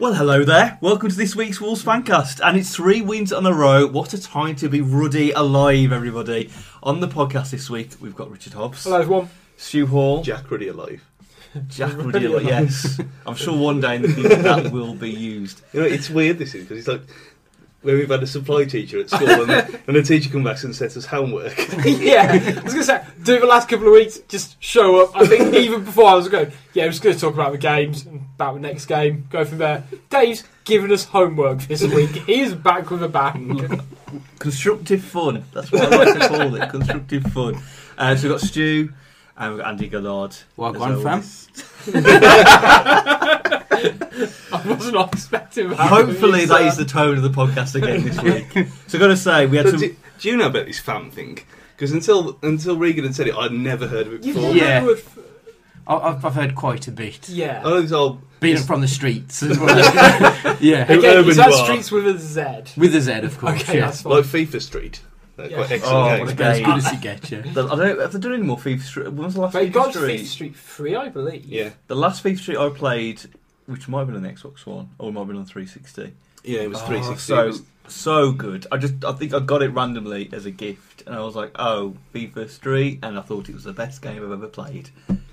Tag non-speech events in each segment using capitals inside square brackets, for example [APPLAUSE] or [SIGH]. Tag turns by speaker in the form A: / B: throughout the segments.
A: Well, hello there. Welcome to this week's Wolves Fancast, and it's three wins on a row. What a time to be ruddy alive, everybody! On the podcast this week, we've got Richard Hobbs,
B: Hello, everyone.
A: Stu Hall,
C: Jack Ruddy alive.
A: Jack Ruddy. Yes, I'm sure one day in the future that will be used.
C: You know, it's weird this is because it's like when we've had a supply teacher at school and,
A: [LAUGHS]
C: and the teacher comes back and sets us homework.
B: [LAUGHS] yeah, I was going to say, do it the last couple of weeks, just show up. I think even before I was going, yeah, we're just going to talk about the games, and about the next game, go from there. Dave's given us homework this week. He is back with a bang.
A: Constructive fun. That's what I like to call it. Constructive fun. Uh, so we've got Stu, and we've got Andy Goddard.
D: Wagwan,
A: as
D: fam.
A: always.
B: I was not expecting that. uh,
A: Hopefully, that is the tone of the podcast again this [LAUGHS] week. So, got to say, we had
C: But
A: some.
C: [LAUGHS] do, do you know about this fam thing? Because until until Regan had said it, I'd never heard of it
B: You've
C: before.
B: never
D: Yeah.
B: heard of-
D: I- I've, I've heard quite a bit.
C: I
B: yeah.
C: know this old.
D: Being from the streets as
B: [LAUGHS]
D: well. yeah.
B: Again,
C: Urban
B: it's that
C: Bar.
B: streets with a Z.
D: With a Z, of course.
B: Okay,
D: yeah.
B: that's fine.
C: Like FIFA Street. They're
B: Yeah.
C: quite
A: Oh,
C: excellent
A: what a
C: games.
D: About as
A: game.
D: good as you get, yeah.
A: The, I don't know, have they done any more FIFA Street? When was the last
B: They
A: FIFA
B: got
A: Street?
B: Fifth Street free, I believe.
C: Yeah.
A: The last FIFA Street I played, which might have been on the Xbox One or it might have been on 360.
C: Yeah, it was
A: Oh,
B: Ah,
C: 360. it
A: so,
C: was-
A: so good. I just, I think I got it randomly as a gift and I was like, oh, FIFA Street, and I thought it was the best game I've ever played.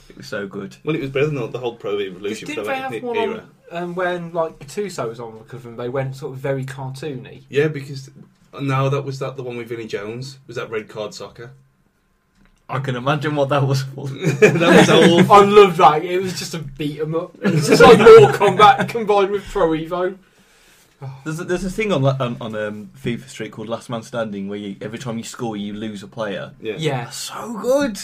A: It was so good.
C: well, it was better than the whole Pro Evolution
B: Did
C: for
B: they
C: that
B: have
C: e-
B: one
C: era.
B: on, um, when like Tuso was on the cover and they went sort of very cartoony?
C: Yeah, because now that was that the one with Vinnie Jones. Was that red card soccer?
A: I can imagine what that was
B: [LAUGHS]
A: for.
C: that was all.
B: I love that. It was just a beat 'em up. It was just like Mortal Kombat combined with Pro Evo.
A: There's a, there's a thing on la- on, on um, FIFA Street called Last Man Standing where you, every time you score, you lose a player.
C: Yeah.
B: Yeah.
A: That's so good.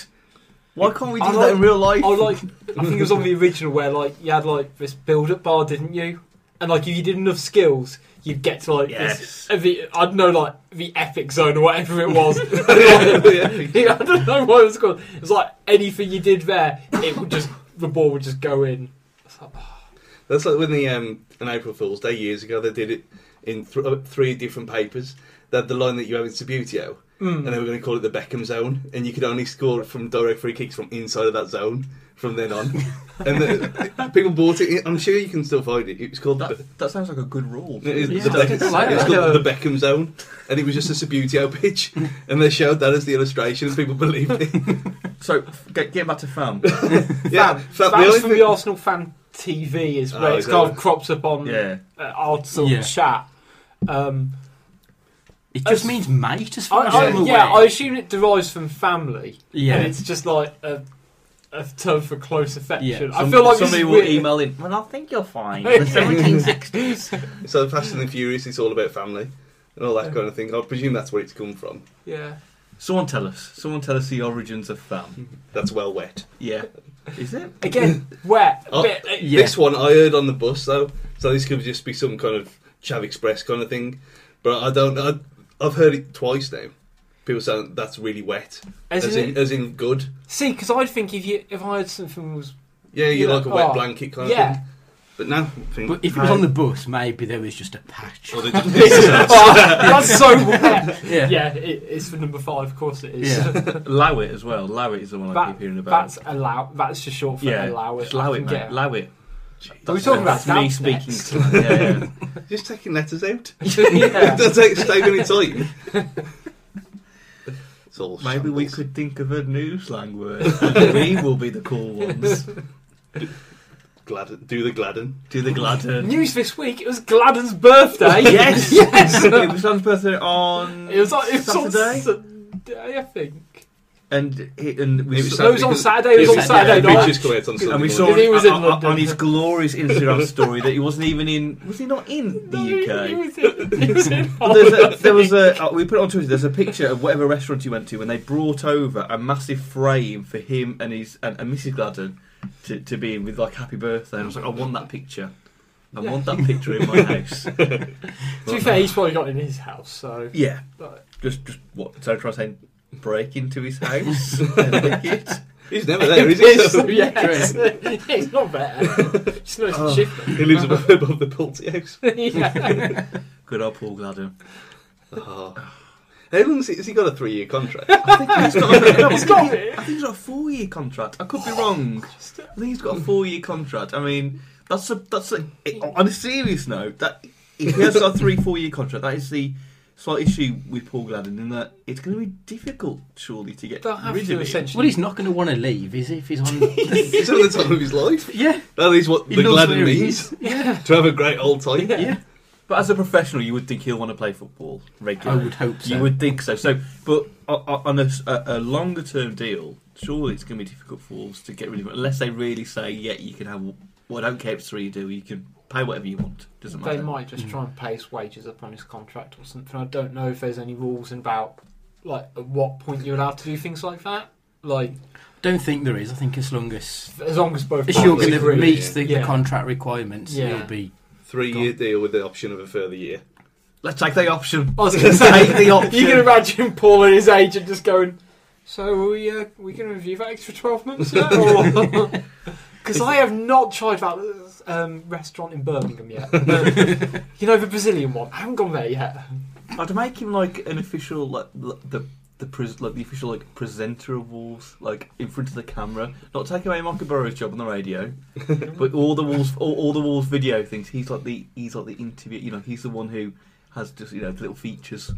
A: Why can't we do
B: Oh, I
A: that
B: like-
A: in real life?
B: I like. I think it was on the original where like you had like this build-up bar, didn't you? And like if you did enough skills, you'd get to like
A: Yes.
B: this. uh, The, I don't know, like the epic zone or whatever it
C: [LAUGHS]
B: was. [LAUGHS]
C: Yeah.
B: I don't know what it was called. It was like anything you did there, it would just the ball would just go in.
C: That's like when the um, an April Fool's Day years ago they did it in th- uh, three different papers. They had the line that you have in Subutio, Mm.
B: Mm.
C: and they were going to call it the Beckham Zone, and you could only score from direct free kicks from inside of that zone from then on. and the, people bought it. I'm sure you can still find it. It was called. the,
A: that, that sounds like a good rule.
C: it was
D: Yeah,
C: the,
D: I
C: Beck-
D: think I like
C: it was
D: that.
C: called the Beckham Zone, and it was just a
A: [LAUGHS]
C: Subutio pitch, and they showed that as the illustration, and people believed it.
A: So get, get back to fam.
C: [LAUGHS] yeah, so the
B: That's
C: only
B: from
C: thing-
B: the Arsenal fan TV is where
C: Oh,
B: it's
C: is
B: kind
C: it?
B: of crops up on
A: yeah.
B: uh, our sort
D: Yeah.
B: of chat. Um,
D: It just
B: Uh,
D: means mate as
B: I,
D: far as
B: I,
D: I'm aware.
B: yeah, I assume it derives from family.
D: Yeah.
B: and it's just like a, a term for close affection.
D: Yeah.
B: I feel like this
A: somebody
B: is
A: will
B: weird.
A: email in. Well, I think you're
B: [LAUGHS]
A: fine.
B: Yeah.
A: The 1760s.
C: So Fast and the Furious, it's all about family and all that kind of thing. I presume that's where it's come from.
B: Yeah,
A: Someone tell us. Someone tell us the origins of fam.
C: That's well wet.
A: Yeah. Is it?
D: [LAUGHS]
B: again, wet.
C: Oh,
B: bit,
D: yeah.
C: This one I heard on the bus though, so this could just be some kind of Chav Express kind of thing. But I don't. I, I've heard it twice now. People saying that's really wet,
B: as
C: as,
B: in
C: in
B: it-
C: as in good.
B: see, because I'd think if you if I had something
D: [LAUGHS]
B: was
C: Yeah, you
B: Yeah,
C: like a wet
B: oh,
C: blanket kind of
B: yeah.
C: thing. But no, I think-
D: But if it was on the bus, maybe there was just a
C: [LAUGHS]
D: patch.
C: or they just-
B: [LAUGHS] Oh, that's so wet.
D: [LAUGHS] Yeah.
B: Yeah, it, it's for number five. Of course, it is.
D: Yeah.
A: Allow it as well. Allow it is the one I
B: That-
A: keep hearing about.
B: [LAUGHS] That's allow. That's just short for
A: yeah.
B: allow it.
A: Just allow
B: I
A: it,
B: can
A: mate.
B: get- [LAUGHS]
A: Allow it.
B: Are we talking about
A: that's me speaking.
B: stamps next?
A: To that. Yeah,
B: [LAUGHS]
A: yeah.
C: [LAUGHS] just taking letters out.
A: [LAUGHS]
C: [LAUGHS]
B: Yeah.
C: Don't take saving it time.
B: [LAUGHS]
C: It's all
A: Maybe we
C: shambles.
A: could think of a new slang
B: [LAUGHS]
A: word. and we will be the cool ones.
C: Gladden, do the Gladden.
A: Do the Gladden.
B: News this week. It was Gladden's
D: [LAUGHS]
B: birthday.
A: yes.
B: [LAUGHS] yes.
A: it was on birthday on.
B: It was on, it was on
A: Saturday.
B: Sunday, I think.
A: and he, and we
C: It was
A: saw-
C: Saturday.
B: No, it was on Saturday. It was
C: Yeah,
B: on
C: we-
B: Saturday
C: yeah,
B: night.
C: pictures come out on Sunday
A: and we
C: morning.
A: saw
B: If he was in
A: on, on- on his glorious Instagram story that he wasn't even in. Was he not in the
B: No, he- He
A: UK?
B: was in, he was in
A: But there's a, there was
B: Holland.
A: a. oh, we put it on Twitter. There's a picture of whatever restaurant he went to when they brought over a massive frame for him and his and, and Mrs. Gladden to, to be in with like Happy Birthday. And I was like, I want that picture. I
B: Yeah.
A: want that picture in my
B: [LAUGHS]
A: house.
B: To be fair, he's probably got it in his house, so.
A: Yeah.
B: Right.
A: Just just what? So try saying break into his
B: [LAUGHS]
A: house. and lick it.
C: He's never there, is he?
B: So,
C: So
B: yeah, it's, yeah, it's not bad. Just knows
A: Oh.
B: oh. shifting.
C: he lives above, above the Pulte house.
B: [LAUGHS]
C: [LAUGHS]
B: yeah.
A: Good old Paul Gladden.
C: Oh. How long's he, has he got a three year contract? [LAUGHS]
A: I think [LAUGHS] he's got. A, no, I
B: He's
A: think
B: got
A: he-
B: it.
A: I think he's got a four-year contract. I could be wrong. I think he's got a four-year contract. I mean, That's a that's a on a serious note that if he has got a three four year contract, that is the slight issue with Paul Gladden in that it's going to be difficult surely to get
B: They'll have
A: rid
B: to
A: of him.
B: essentially.
D: Well, he's not going to want to leave, is he? If
B: [LAUGHS]
D: he's on. [LAUGHS]
C: It's at the time of his life.
D: yeah.
C: That is what
D: He
C: the
D: knows
C: Gladden
D: where he
C: means.
B: yeah.
C: To have a great old time.
B: Yeah.
D: Yeah.
A: But as a professional, you would think he'll want to play football
D: I
A: regularly.
D: would hope so.
A: You would think so. So, but o- o- on a, s- a- a longer term deal, surely it's going to be difficult for Wolves to get rid of him unless they really say, "Yeah, you can have." Well, I don't care if it's three you do. You can pay whatever you want. Doesn't matter.
B: They might just try and pay his wages up on his contract or something. I don't know if there's any rules about like at what point you're allowed to do things like that. Like
D: Don't think there is. I think as long as
B: as long as both
D: if you're
B: parties
D: going to
B: agree.
C: meet
D: meet the,
B: Yeah.
D: the contract requirements,
B: Yeah.
D: you'll be.
C: Three year deal with the option of a further year.
A: Let's take the option.
B: I
A: [LAUGHS]
B: was going to
A: Take the
B: say, you
A: option.
B: can imagine Paul and his agent just going, "So are we uh, we going to review that extra twelve months yet?" Because I have not tried that um, restaurant in Birmingham yet. you know the Brazilian one. I haven't gone there yet.
A: I'd make him like an official, like l- the the pres- like the official like presenter of Wolves, like in front of the camera. Not take away Michael Burrow's job on the
B: [LAUGHS]
A: radio, but all the Wolves, all, all the Wolves video things. He's like the he's like the interview. You know, he's the one who has just you know little features.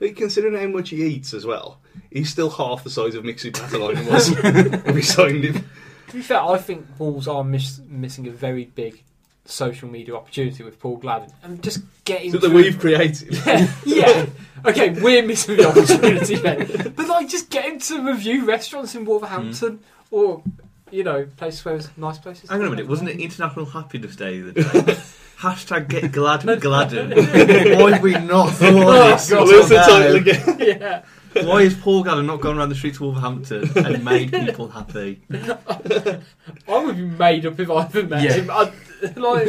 C: But considering how much he eats as well, he's still half the size of Mixu Patalainen was [LAUGHS] when we signed him.
B: To be fair, I think Wolves are miss- missing a very big social media opportunity with Paul Gladden, and just getting
C: That we've created.
B: yeah, yeah. [LAUGHS] Okay, we're missing the opportunity then. But like, just get him to review restaurants in Wolverhampton or you know places where there's nice places.
A: Hang on a minute, wasn't it International Happiness Day the [LAUGHS] other day? Hashtag get glad [LAUGHS] gladden. Why have we [LAUGHS] not
C: [LAUGHS]
A: thought
B: Oh,
A: this?
B: God.
C: There's the
A: No.
C: title again.
B: [LAUGHS] yeah,
A: Why has Paul Gladden not gone around the streets of Wolverhampton and made [LAUGHS] people happy?
B: I would be made up if I ever met
D: Yeah.
B: him. I'd, like,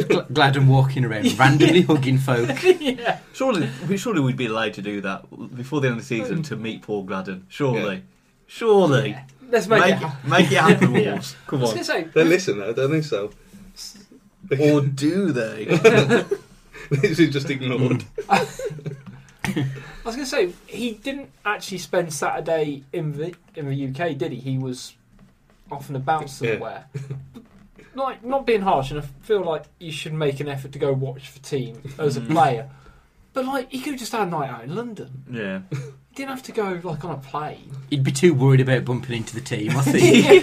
A: [LAUGHS]
D: Gl- glad I'm walking
B: [LAUGHS]
D: around randomly hugging folk.
B: yeah.
A: Surely, we- surely we'd be allowed to do that before the end of the season to meet Paul Gladden. Surely, surely,
B: Let's make,
A: make,
B: it.
A: it,
B: happen.
A: make it happen, [LAUGHS]
B: Yeah.
A: Wolves. Come
B: I was gonna
A: on,
B: say,
C: They listen though, don't they? So
A: or do they?
C: [LAUGHS] this is just [LAUGHS] ignored.
B: I was gonna say he didn't actually spend Saturday in the in the UK, did he? He was off and about somewhere. [LAUGHS] like not being harsh, and I feel like you should make an effort to go watch the team as a
A: Mm.
B: player. But like he could have just had a night out in London.
A: Yeah,
B: He didn't have to go like on a plane.
A: [LAUGHS]
D: He'd be too worried about bumping into the team. I think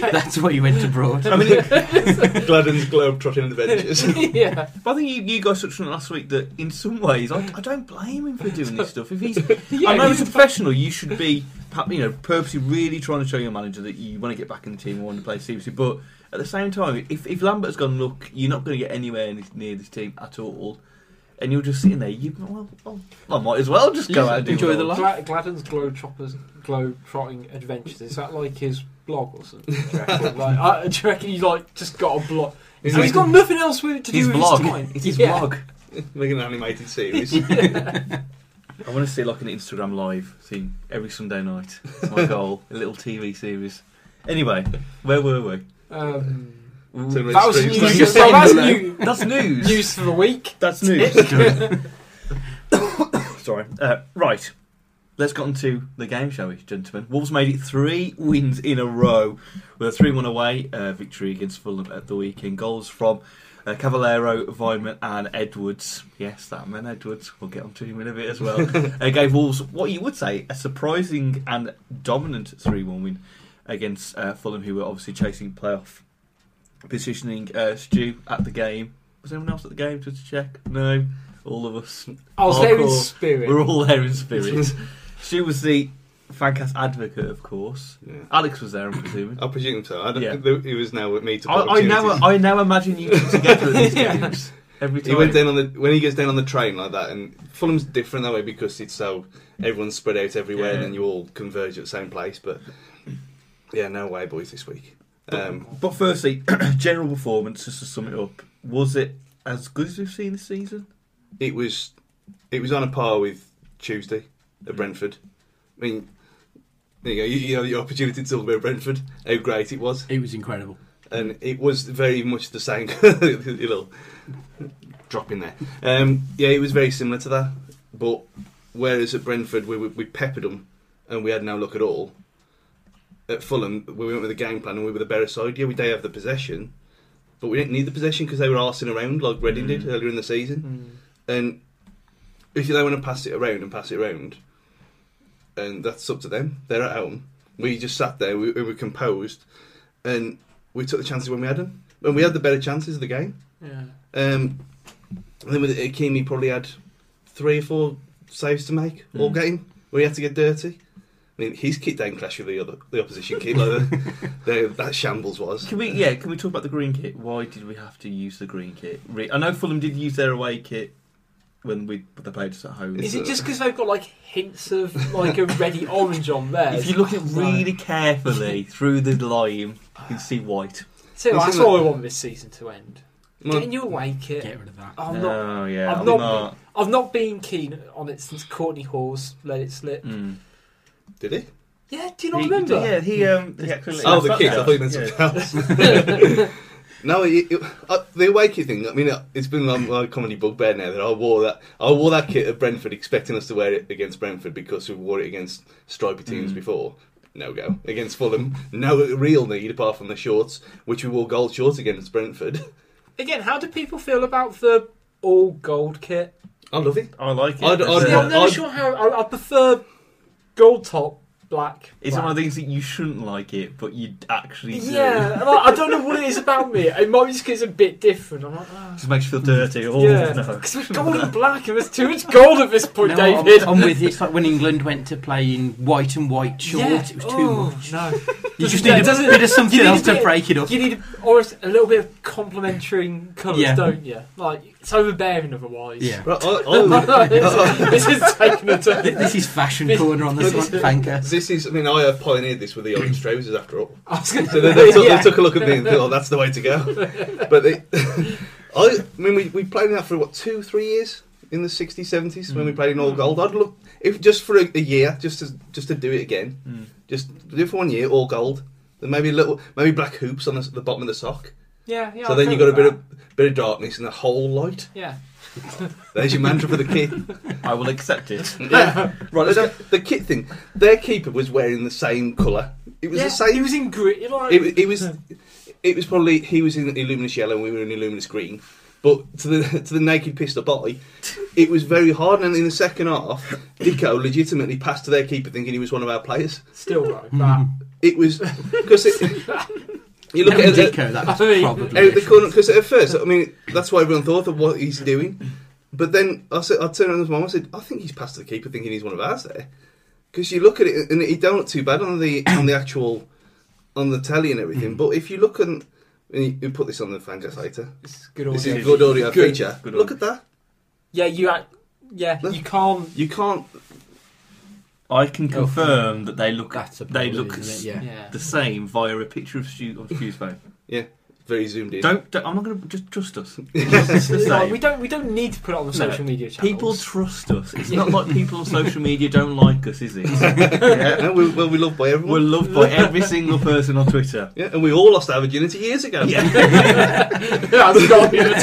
B: [LAUGHS] Yeah.
D: that's why he went abroad.
A: I mean, it-
C: [LAUGHS] Gladden's Globetrotting Adventures.
B: yeah.
A: but I think you, you guys touched on it last week that in some ways I, I don't blame him for doing [LAUGHS] this stuff. If he's
B: yeah.
A: I know
B: he's
A: as a professional, you should be, perhaps, you know, purposely really trying to show your manager that you want to get back in the team and want to play seriously. But at the same time, if, if Lambert's gone, look, you're not going to get anywhere in this- near this team at all, and you're just sitting there, you well, well, I might as well just go
D: Yeah,
A: out and do
D: enjoy
A: it
D: the
A: all.
D: life.
B: Glad- Gladden's glow troppers, glow trotting adventures. Is that like his blog
A: [LAUGHS]
B: or something? Do you reckon, like, I, do you reckon he's like just got a blog?
C: He's
B: And he's got nothing else with, to
A: His
B: do with his time.
A: vlog, it's his
B: Yeah.
A: vlog.
C: Making an animated series.
A: [LAUGHS]
B: Um,
A: I want to see like an Instagram live thing every Sunday night. That's my goal. A little TV series. Anyway, where were we?
B: Um,
C: Turn
B: that was
C: around
B: news.
A: you
C: streams like-
B: well, that's
A: said,
B: new,
A: That's news.
B: news for the week.
A: [LAUGHS] That's news.
D: Done.
A: Sorry. Uh, right. Let's get on to the game, shall we, gentlemen? Wolves made it three wins in a row with a 3 1 away uh, victory against Fulham at the weekend. Goals from uh, Cavallero, Voyman, and Edwards. Yes, that man Edwards. We'll get on to him in a bit as well. uh, gave Wolves what you would say a surprising and dominant 3 1 win against uh, Fulham, who were obviously chasing playoff positioning. Uh, Stu at the game. Was anyone else at the game just to check? No. All of us.
B: [LAUGHS] I was there in
A: Hardcore.
B: spirit.
A: We're all there in spirit. [LAUGHS] she was the fancast advocate, of course.
C: Yeah.
A: Alex was there, I'm presuming.
C: I presume so. I don't,
A: Yeah.
C: th- It was now with me to
A: I, I now,
C: opportunities.
A: I now imagine you [LAUGHS] two together at these games every time.
C: He went down on the when he goes down on the train like that, and Fulham's different that way because it's so everyone's spread out everywhere, and
A: Yeah.
C: then you all converge at the same place. But yeah, no way, boys, this week. Um,
A: But firstly, [CLEARS THROAT] general performance, just to sum it up, was it as good as we've seen this season?
C: it was it was on a par with Tuesday at Brentford. I mean, there you go. You, you have the opportunity to talk about Brentford, how great it was,
D: it was incredible.
C: and it was very much the same. [LAUGHS] you know, drop in there. Um, yeah, it was very similar to that, but whereas at Brentford we, we, we peppered them and we had no look at all. At Fulham, we went with a game plan and we were the better side. Yeah, we did have the possession, but we didn't need the possession because they were arsing around like Reading did
A: Mm.
C: earlier in the season.
B: Hmm,
C: And if they want to pass it around and pass it around, and that's up to them. They're at home. We just sat there. We, we were composed, and we took the chances when we had them. When we had the better chances of the game.
B: Yeah.
C: Um, and then with Akimi probably had three or four saves to make all
A: Mm.
C: game where he had to get dirty. I mean, his kick didn't clash with the other the opposition kick like the, the, that shambles was.
A: Can we? Yeah. Can we talk about the green kit? Why did we have to use the green kit? Re- I know Fulham did use their away kit when we they played us at home.
B: Is
C: It's
B: it
C: a-
B: just because they've got like hints of like a
C: [LAUGHS]
B: ready orange on there?
A: If you look at really carefully [LAUGHS] through the lime, you can see white.
B: so
C: It's
B: that's
C: in the-
B: all I want this season to end.
C: Well,
B: Getting you away kit.
D: Get rid of that.
B: I'm not.
A: oh yeah,
B: I'm
A: I'm
B: not-
A: not.
B: I've not been keen on it since Courtney Hall's Let It Slip.
A: Mm.
C: did he?
B: Yeah, do you not
A: He-
B: remember?
A: Yeah, he um. He actually
C: Oh, the kick.
A: kit.
C: I thought you meant something else. [LAUGHS] No, it, it, uh, the away kit thing. I mean, uh, it's been like my comedy bugbear now that I wore that. I wore that kit at Brentford, expecting us to wear it against Brentford because we wore it against stripy teams
A: Mm.
C: before. No go against Fulham. No real need apart from the shorts, which we wore gold shorts against Brentford.
B: Again, how do people feel about the all gold kit?
C: I love it.
A: I like it.
C: I'd- I'd-
A: It's,
B: Yeah,
A: uh,
B: I'm not
C: I'd-
B: sure how. I, I prefer gold top black.
A: it's
B: black.
A: one of these that you shouldn't like it, but you actually do.
B: Yeah, and I, I don't know what it is about me. It might be just 'cause it's a bit different. I'm like, ah.
A: Just makes you feel dirty. Oh
B: yeah,
A: no.
B: because we're gold and black, and there's too much gold at this point,
D: No, I'm-
B: David. [LAUGHS]
D: I'm, with you. It's like when England went to play in white and white shorts.
B: Yeah.
D: It was too
B: Oh,
D: much.
B: No,
D: You just
B: Doesn't-
D: need a
B: doesn't-
D: bit of something
B: you need a
D: else to
B: bit-
D: break it up.
B: you need a, or a little bit of complementary colours,
D: Yeah.
B: don't you? Like it's overbearing otherwise.
D: Yeah. Oh.
C: Right, oh, I, I,
B: [LAUGHS]
C: [LAUGHS]
B: this is taking a
D: Th- [LAUGHS]
B: turn.
D: This is fashion
B: This-
D: corner on the
B: this-
D: flanker.
C: this is. I mean, I have pioneered this with the orange trousers after all.
B: I was going
C: So
B: to
C: they, they, took,
B: yeah.
C: they took a look at me and
B: [LAUGHS]
C: thought, oh, that's the way to go. But they, [LAUGHS] I, I mean, we, we played in that for what, two, three years in the 60s, 70s when we
B: Mm.
C: played in all gold. I'd look, if just for a, a year, just to, just to do it again,
A: Mm.
C: just do it for one year, all gold. Then maybe a little, maybe black hoops on the, the bottom of the sock.
B: yeah, yeah.
C: so
B: I
C: then you
B: agree
C: got a
B: with
C: bit
B: that.
C: of bit of darkness and a whole light.
B: yeah.
C: There's your mantra for the
B: [LAUGHS]
C: kit.
A: I will accept it.
C: Yeah, [LAUGHS]
A: Right, let's
C: the, the kit thing. Their keeper was wearing the same colour. It was
B: yeah.
C: the same.
B: He was in green. Like,
C: It, wa- it was, it was probably he was in Illuminous Yellow and we were in Illuminous Green, but to the [LAUGHS] to the naked pistol body, it was very hard. And in the second half, Dico legitimately passed to their keeper, thinking he was one of our players.
B: [LAUGHS] still though. That
C: It [LAUGHS] was because you look
D: Look
C: at it
D: Dico, that was
B: I mean,
D: probably.
C: out the
D: it.
C: corner because at first, I mean, that's why everyone thought of what he's doing. But then I said, I turned around to my mum. I said, I think he's passed to the keeper, thinking he's one of ours there. Because you look at it and he don't look too bad on the on the actual on the telly and everything. But if you look and and you- you put this on the fan just later,
B: this is good
C: this
B: audio.
C: is a good audio
B: Good.
C: feature.
A: Good
C: look
A: audio.
C: at that.
B: Yeah, you. Act, yeah,
C: No.
B: you can't.
C: You can't.
A: I can confirm that they look
D: That's a
A: they
D: problem,
A: look
D: isn't it?
A: [LAUGHS]
D: Yeah.
B: Yeah.
A: the same via a picture of Stu on Stu's phone.
C: Very zoomed in. [LAUGHS]
A: Don't, don't I'm not going to just trust [LAUGHS] us.
B: It's
A: It's the
B: like,
A: same.
B: we don't. We don't need to put it on the
A: No.
B: social media channels. [LAUGHS]
A: People trust us. [LAUGHS] It's not like people on social media don't like us, [LAUGHS] is it? Yeah.
C: No, we, well, we loved by everyone.
A: We're loved by every single person on Twitter.
C: yeah, and we all lost our virginity years ago.
B: yeah, it's got to be the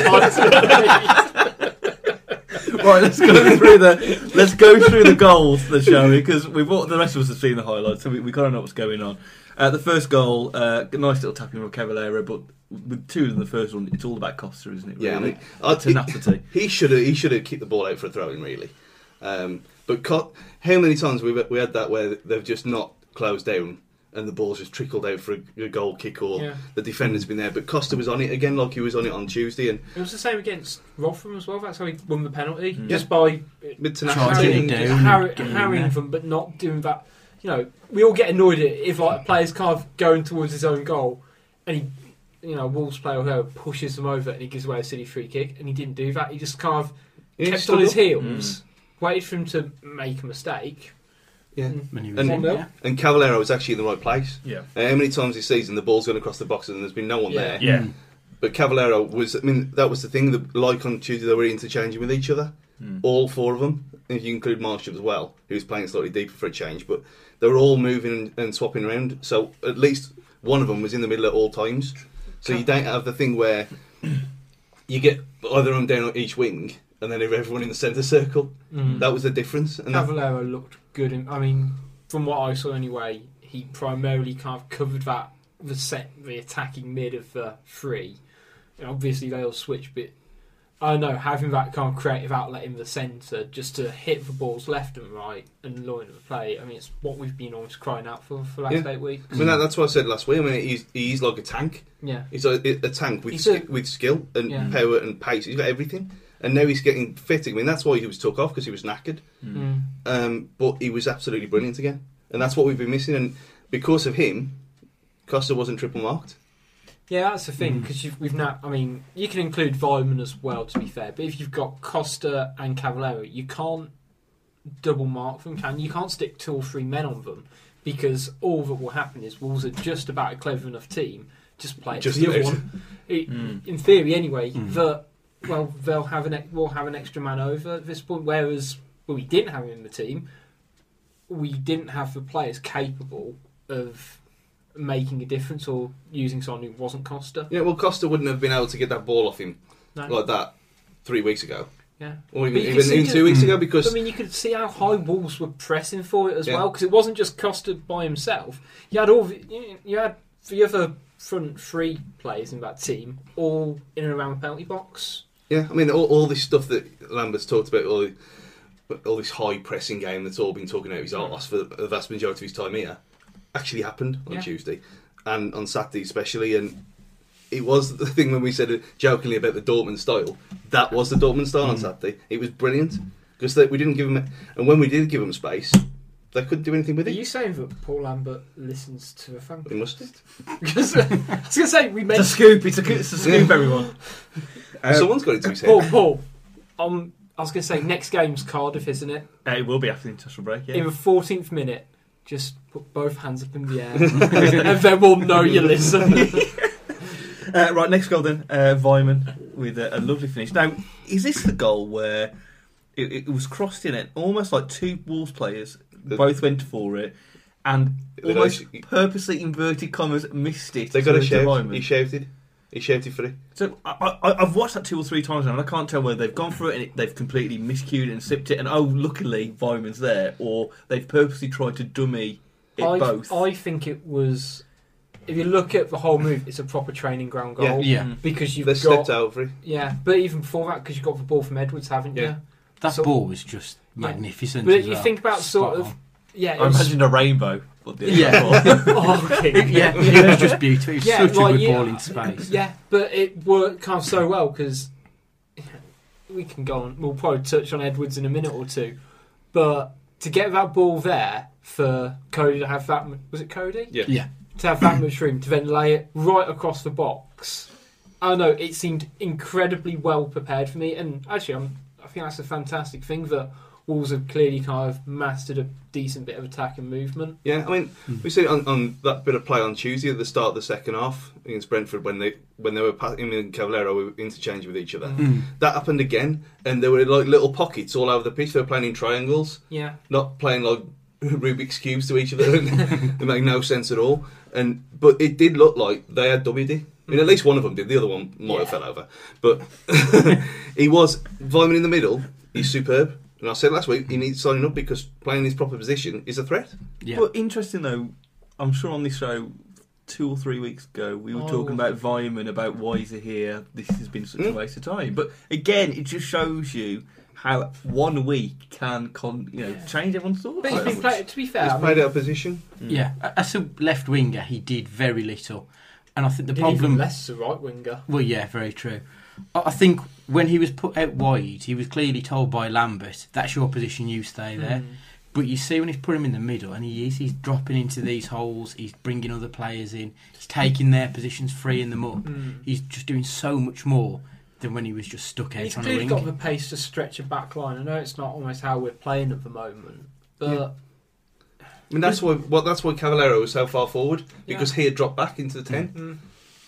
B: [LAUGHS] title.
A: right, let's go through the let's go through the goals, the show, because we've all, the rest of us have seen the highlights, so we, we kind of know what's going on. Uh, the first goal, uh, a nice little tapping from Cavalera, but with two in the first one, it's all about Costa, isn't it?
C: Yeah, I
A: really?
C: mean, I-
A: tenacity.
C: He should have. He should have kicked the ball out for a throw-in, really. Um, but co- how many times we we had that where they've just not closed down and the ball's just trickled out for a, a goal kick or
B: Yeah.
C: the defender's been there. But Costa was on it again, like he was on it on Tuesday, and
B: It was the same against Rotherham as well. That's how he won the penalty,
A: Mm.
B: just by
C: mid
D: Charging
B: harrying,
D: it
C: tenacity.
D: down.
B: harry,
D: getting in
B: harrying
D: there.
B: them, but not doing that. You know, we all get annoyed at if like a player's kind of going towards his own goal, and he, you know, Wolves player or whoever pushes them over and he gives away a silly free kick, and he didn't do that. He just kind of
C: Yeah,
B: kept
C: stood
B: on his
C: up.
B: heels, waited for him to make a mistake.
C: Yeah.
D: When he was
C: And-
D: in, yeah.
C: And Cavalero was actually in the right place.
A: Yeah.
C: Uh, how many times this season the ball's gone across the box and there's been no one
B: Yeah.
C: there?
A: Yeah.
D: Mm.
C: But Cavalero was. I mean, that was the thing. The, like on Tuesday, they were interchanging with each other.
A: Mm.
C: all four of them, if you include Marshall as well, who was playing slightly deeper for a change, but they were all moving and, and swapping around. So at least one of them was in the middle at all times. So you don't have the thing where you get either of them down on each wing and then everyone in the centre circle.
B: Mm.
C: That was the difference. And that,
B: Cavalero looked good. In, I mean, from what I saw anyway, he primarily kind of covered that the set, the attacking mid of the three, and obviously they all switch, but I don't know, having that kind of creative outlet in the centre just to hit the balls left and right and loin of the play, I mean, it's what we've been almost crying out for for the last
C: Yeah. Mm.
B: eight weeks.
C: I mean, that, that's what I said last week. I mean, he's, he's like a tank.
B: Yeah.
C: He's like a, a tank with
B: He's
C: sk-
B: a-
C: with skill and
B: Yeah.
C: power and pace. He's got everything, and now he's getting fit. I mean, that's why he was took off because he was knackered.
B: Mm.
C: Um, but he was absolutely brilliant again, and that's what we've been missing. And because of him, Costa wasn't triple marked.
B: Yeah, that's the thing because we've now. I mean, you can include Vollman as well, to be fair. But if you've got Costa and Cavallero, you can't double mark them. Can you? you? Can't stick two or three men on them because all that will happen is Wolves are just about a clever enough team. Just play it
C: Just
B: to the other
C: about.
B: one. It-
A: Mm.
B: In theory, anyway,
D: Mm.
B: that well they'll have an ex- we'll have an extra man over at this point. Whereas well, we didn't have him in the team. We didn't have the players capable of making a difference or using someone who wasn't Costa.
C: Yeah, well, Costa wouldn't have been able to get that ball off him
B: No.
C: like that three weeks ago,
B: yeah. But
C: or even,
B: you can
C: even,
B: see
C: even
B: that-
C: two weeks
D: Mm.
C: ago,
B: But,
C: because
B: I mean, you could see how high Wolves were pressing for it as
C: Yeah.
B: well, because it wasn't just Costa by himself. You had all the, you, you had the other front three players in that team all in and around the penalty box.
C: yeah, I mean, all, all this stuff that Lambert's talked about, all the, all this high pressing game that's all been talking out his
B: Hmm.
C: arse for the vast majority of his time here, actually happened on
B: Yeah.
C: Tuesday and on Saturday especially, and. It was the thing when we said jokingly about the Dortmund style. That was the Dortmund style
B: Hmm.
C: on Saturday. It was brilliant because we didn't give them, and when we did give them space, they couldn't do anything with
B: Are
C: it.
B: you saying that Paul Lambert listens to the fan?
C: They must have.
B: Because I was going to say we
A: It's a
B: mentioned
A: scoop. It's a, it's a scoop, everyone. Um,
C: Someone's got it to his head.
B: Paul. Paul, um, I was going to say next game's Cardiff, isn't it?
A: uh, it will be after the international break.
B: in
A: Yeah.
B: the fourteenth minute, just put both hands up in the air, [LAUGHS] and then we'll know you listen.
A: Uh, right, next goal then. Uh, Vyman with a, a lovely finish. Now, is this the goal where it, it was crossed in it? Almost like two Wolves players both went for it and
C: They got
A: almost
C: a sh-
A: purposely inverted commas missed it.
C: They got a
A: to- to
C: shout.
A: Vyman.
C: He shouted. He shouted for it.
A: So I, I, I've watched that two or three times now, and I can't tell whether they've gone for it and it, they've completely miscued and sipped it, and oh, luckily Vyman's there, or they've purposely tried to dummy it
B: I,
A: both.
B: I think it was. If you look at the whole move, it's a proper training ground goal
C: Yeah.
A: Mm.
D: Yeah,
B: because you've
C: They
B: got
C: stepped out for it.
B: yeah, but even before that, because you got the ball from Edwards, haven't you?
C: Yeah.
D: that
B: So-
D: ball was just
B: Yeah.
D: magnificent.
B: But
D: as
B: you
D: well.
B: think about sort
D: Spot
B: of
D: on.
B: yeah,
A: I
B: it
A: [LAUGHS]
B: was, [LAUGHS]
A: imagined a rainbow. But the [LAUGHS]
D: Yeah.
B: oh, okay. [LAUGHS]
D: yeah, it was just beautiful. It was
B: Yeah,
D: such
B: like,
D: a good
B: yeah.
D: ball in space.
B: Yeah, but it worked kind of so well because we can go on. We'll probably touch on Edwards in a minute or two, but to get that ball there for Cody to have that mu- was it Cody
C: Yeah.
D: Yeah.
B: to have that much room to then lay it right across the box. I don't know. It seemed incredibly well prepared for me, and actually, I'm, I think that's a fantastic thing that Wolves have clearly kind of mastered a decent bit of attack and movement.
C: Yeah, I mean, we see it on, on that bit of play on Tuesday at the start of the second half against Brentford when they when they were pa- him and Cavallero were interchanging with each other. That happened again, and there were like little pockets all over the pitch. They were playing in triangles,
B: Yeah,
C: not playing like [LAUGHS] Rubik's cubes to each other. [LAUGHS] and they make no sense at all. And but it did look like they had WD. I mean, at least one of them did. The other one might have
B: Yeah.
C: fell over, but [LAUGHS] he was Vyman in the middle. He's superb. And I said last week he needs signing up because playing his proper position is a threat.
D: Yeah.
A: Well, interesting though. I'm sure on this show two or three weeks ago we were
B: Oh.
A: talking about Vyman about why he's here. This has been such a
C: Mm.
A: waste of time. But again, it just shows you how one week can con- you know
B: Yeah.
A: change everyone's thoughts.
B: but he's been play- to be fair,
C: He's
B: I mean,
C: played out of position.
B: Mm.
D: Yeah, a- as a left winger, he did very little, and I think the
B: and even
D: problem.
B: less the right winger.
D: Well, yeah, very true. I I think when he was put out wide, he was clearly told by Lambert, "That's your position. You stay there."
B: Mm.
D: But you see, when he's put him in the middle, and he is, he's dropping into these holes. He's bringing other players in. He's taking their positions, freeing them
C: Hmm.
D: up.
B: Mm.
D: He's just doing so much more than when he was just stuck out
B: He's
D: on a
B: clearly
D: wing.
B: got the pace to stretch a back line. I know it's not almost how we're playing at the moment, but
C: I mean, that's why well, that's why Cavallero was so far forward because he had dropped back into the ten.
B: Mm.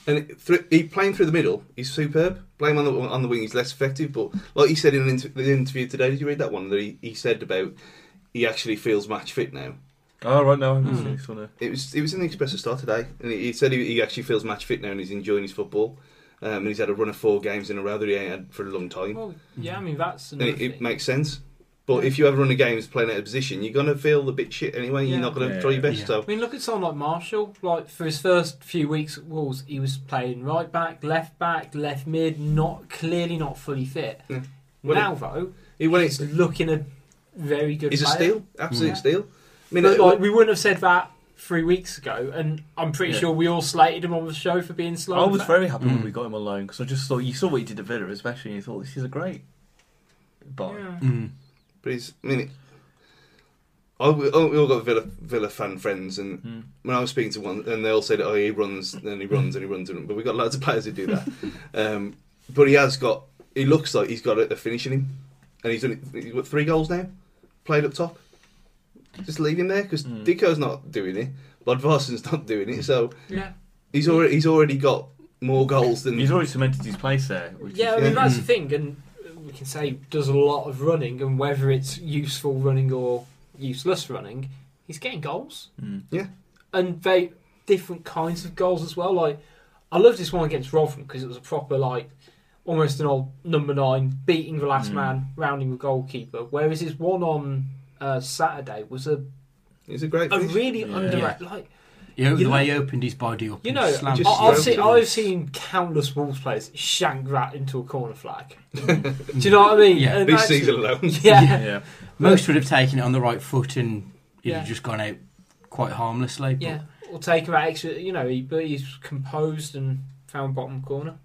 C: And it, thr- he playing through the middle, he's superb. Playing on the on the wing, he's less effective. But like he said in an inter- the interview today, did you read that one that he, he said about he actually feels match fit now?
A: Oh right, no, I haven't
D: Mm.
A: seen this one. uh,
C: It was it was in the Express of Star today, and he, he said he, he actually feels match fit now and he's enjoying his football. Um, and he's had a run of four games in a row that he ain't had for a long time.
B: well, yeah, I mean that's
C: And
B: another
C: it, it
B: thing.
C: makes sense. But if you ever run a game as playing out of position, you're gonna feel a bit shit anyway.
B: Yeah.
C: You're not gonna
A: Yeah.
C: try your best.
D: Yeah.
C: So
B: I mean, look at someone like Marshall. Like for his first few weeks at Wolves, he was playing right back, left back, left mid. Not clearly not fully fit.
C: Yeah. Well,
B: now though,
C: he went.
B: he's looking a very good.
C: He's a
B: player.
C: steal, absolute
B: Yeah.
C: steal. I mean,
B: But,
C: it-
B: like we wouldn't have said that three weeks ago, and I'm pretty
A: Yeah.
B: sure we all slated him on the show for being slow.
A: I was very happy when
D: Mm.
A: we got him on loan because I just thought you saw what he did at Villa, especially, and you thought this is a great buy.
B: Yeah.
D: Mm.
C: but he's. I mean, it, I, we oh, we all got Villa Villa fan friends, and
A: Mm.
C: when I was speaking to one, and they all said, "Oh, he runs and he runs and he runs and." But we've got loads of players who do that. um, but he has got. He looks like he's got a, a finish in him, and he's done. it- He's got three goals now. Played up top. Just leave him there because
A: Mm.
C: Dicko's not doing it. Bodvarson's not doing it. So
B: Yeah,
C: he's already he's already got more goals than
A: He's already cemented his place there. Which
B: yeah.
A: is,
B: I mean
C: Yeah.
B: that's
D: Mm.
B: the thing, and we can say he does a lot of running, and whether it's useful running or useless running, he's getting goals.
A: Mm.
B: and they different kinds of goals as well. Like I loved this one against Rotherham because it was a proper like almost an old number nine beating the last
A: Mm.
B: man, rounding the goalkeeper. Whereas his one on uh, Saturday was a,
C: he's a great.
B: a
C: Finish.
B: really
A: Yeah.
B: under
D: Yeah.
B: like
D: He
B: You
D: opened, the
B: know-
D: way he opened his body up.
B: you
D: and
B: know
D: slammed
C: just
D: it
B: I, I've
D: over.
B: seen
C: broken.
B: I've seen countless Wolves players shank that into a
A: [LAUGHS]
B: corner flag. Do you know what I mean?
D: Yeah.
B: And
C: This
B: actually-
C: season alone.
B: Yeah.
A: yeah.
D: Most would have taken it on the right foot and he'd
B: Yeah.
D: have just gone out quite harmlessly. But
B: yeah, Or take him out extra. You know, he, but he's composed and found bottom corner.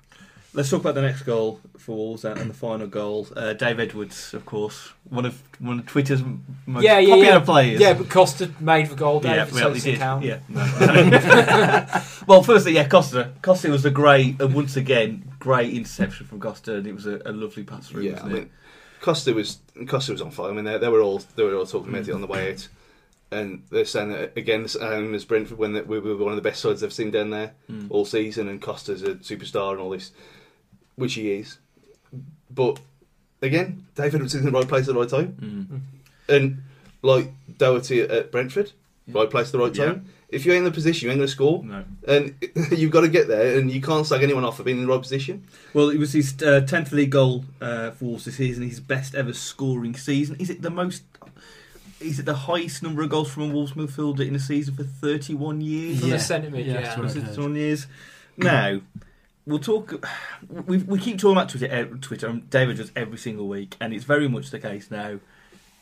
A: Let's talk about the next goal for Wolves and and the final goal. Uh, Dave Edwards, of course, one of one of Twitter's m- most
B: Yeah, yeah,
A: popular
B: yeah.
A: players.
B: Yeah, but Costa made the goal.
A: Yeah,
B: David,
A: well,
B: so
A: he
B: it's a
A: did.
B: count. [LAUGHS]
A: Yeah. no. [LAUGHS] well, firstly, yeah, Costa. Costa was a great, and once again, great interception from Costa, and it was a, a lovely pass through,
C: Yeah, I
A: wasn't it?
C: mean, Costa was Costa was on fire. I mean, they, they were all they were all talking about it on the way out, and they're saying that again the same as Brentford when that we were one of the best sides they've seen down there
A: Mm.
C: all season, and Costa's a superstar and all this, which he is. But again, David was in the right place at the right time,
A: Mm.
C: and like Doherty at Brentford,
A: Yeah.
C: right place at the right time. If you ain't in the position, you ain't going to score,
A: No.
C: and [LAUGHS] you've got to get there, and you can't slag anyone off for being in the right position.
A: Well, it was his uh, 10th league goal uh, for Wolves this season, his best ever scoring season. Is it the most. Is it the highest number of goals from a Wolves midfielder in a season for 31 years?
B: From
D: Yeah.
B: the sentiment,
D: Yeah,
B: yeah.
D: that's
A: Was
D: right.
A: it 31 years? Now, we'll talk. We, we keep talking about Twitter, eh, Twitter, and David does every single week, and it's very much the case now.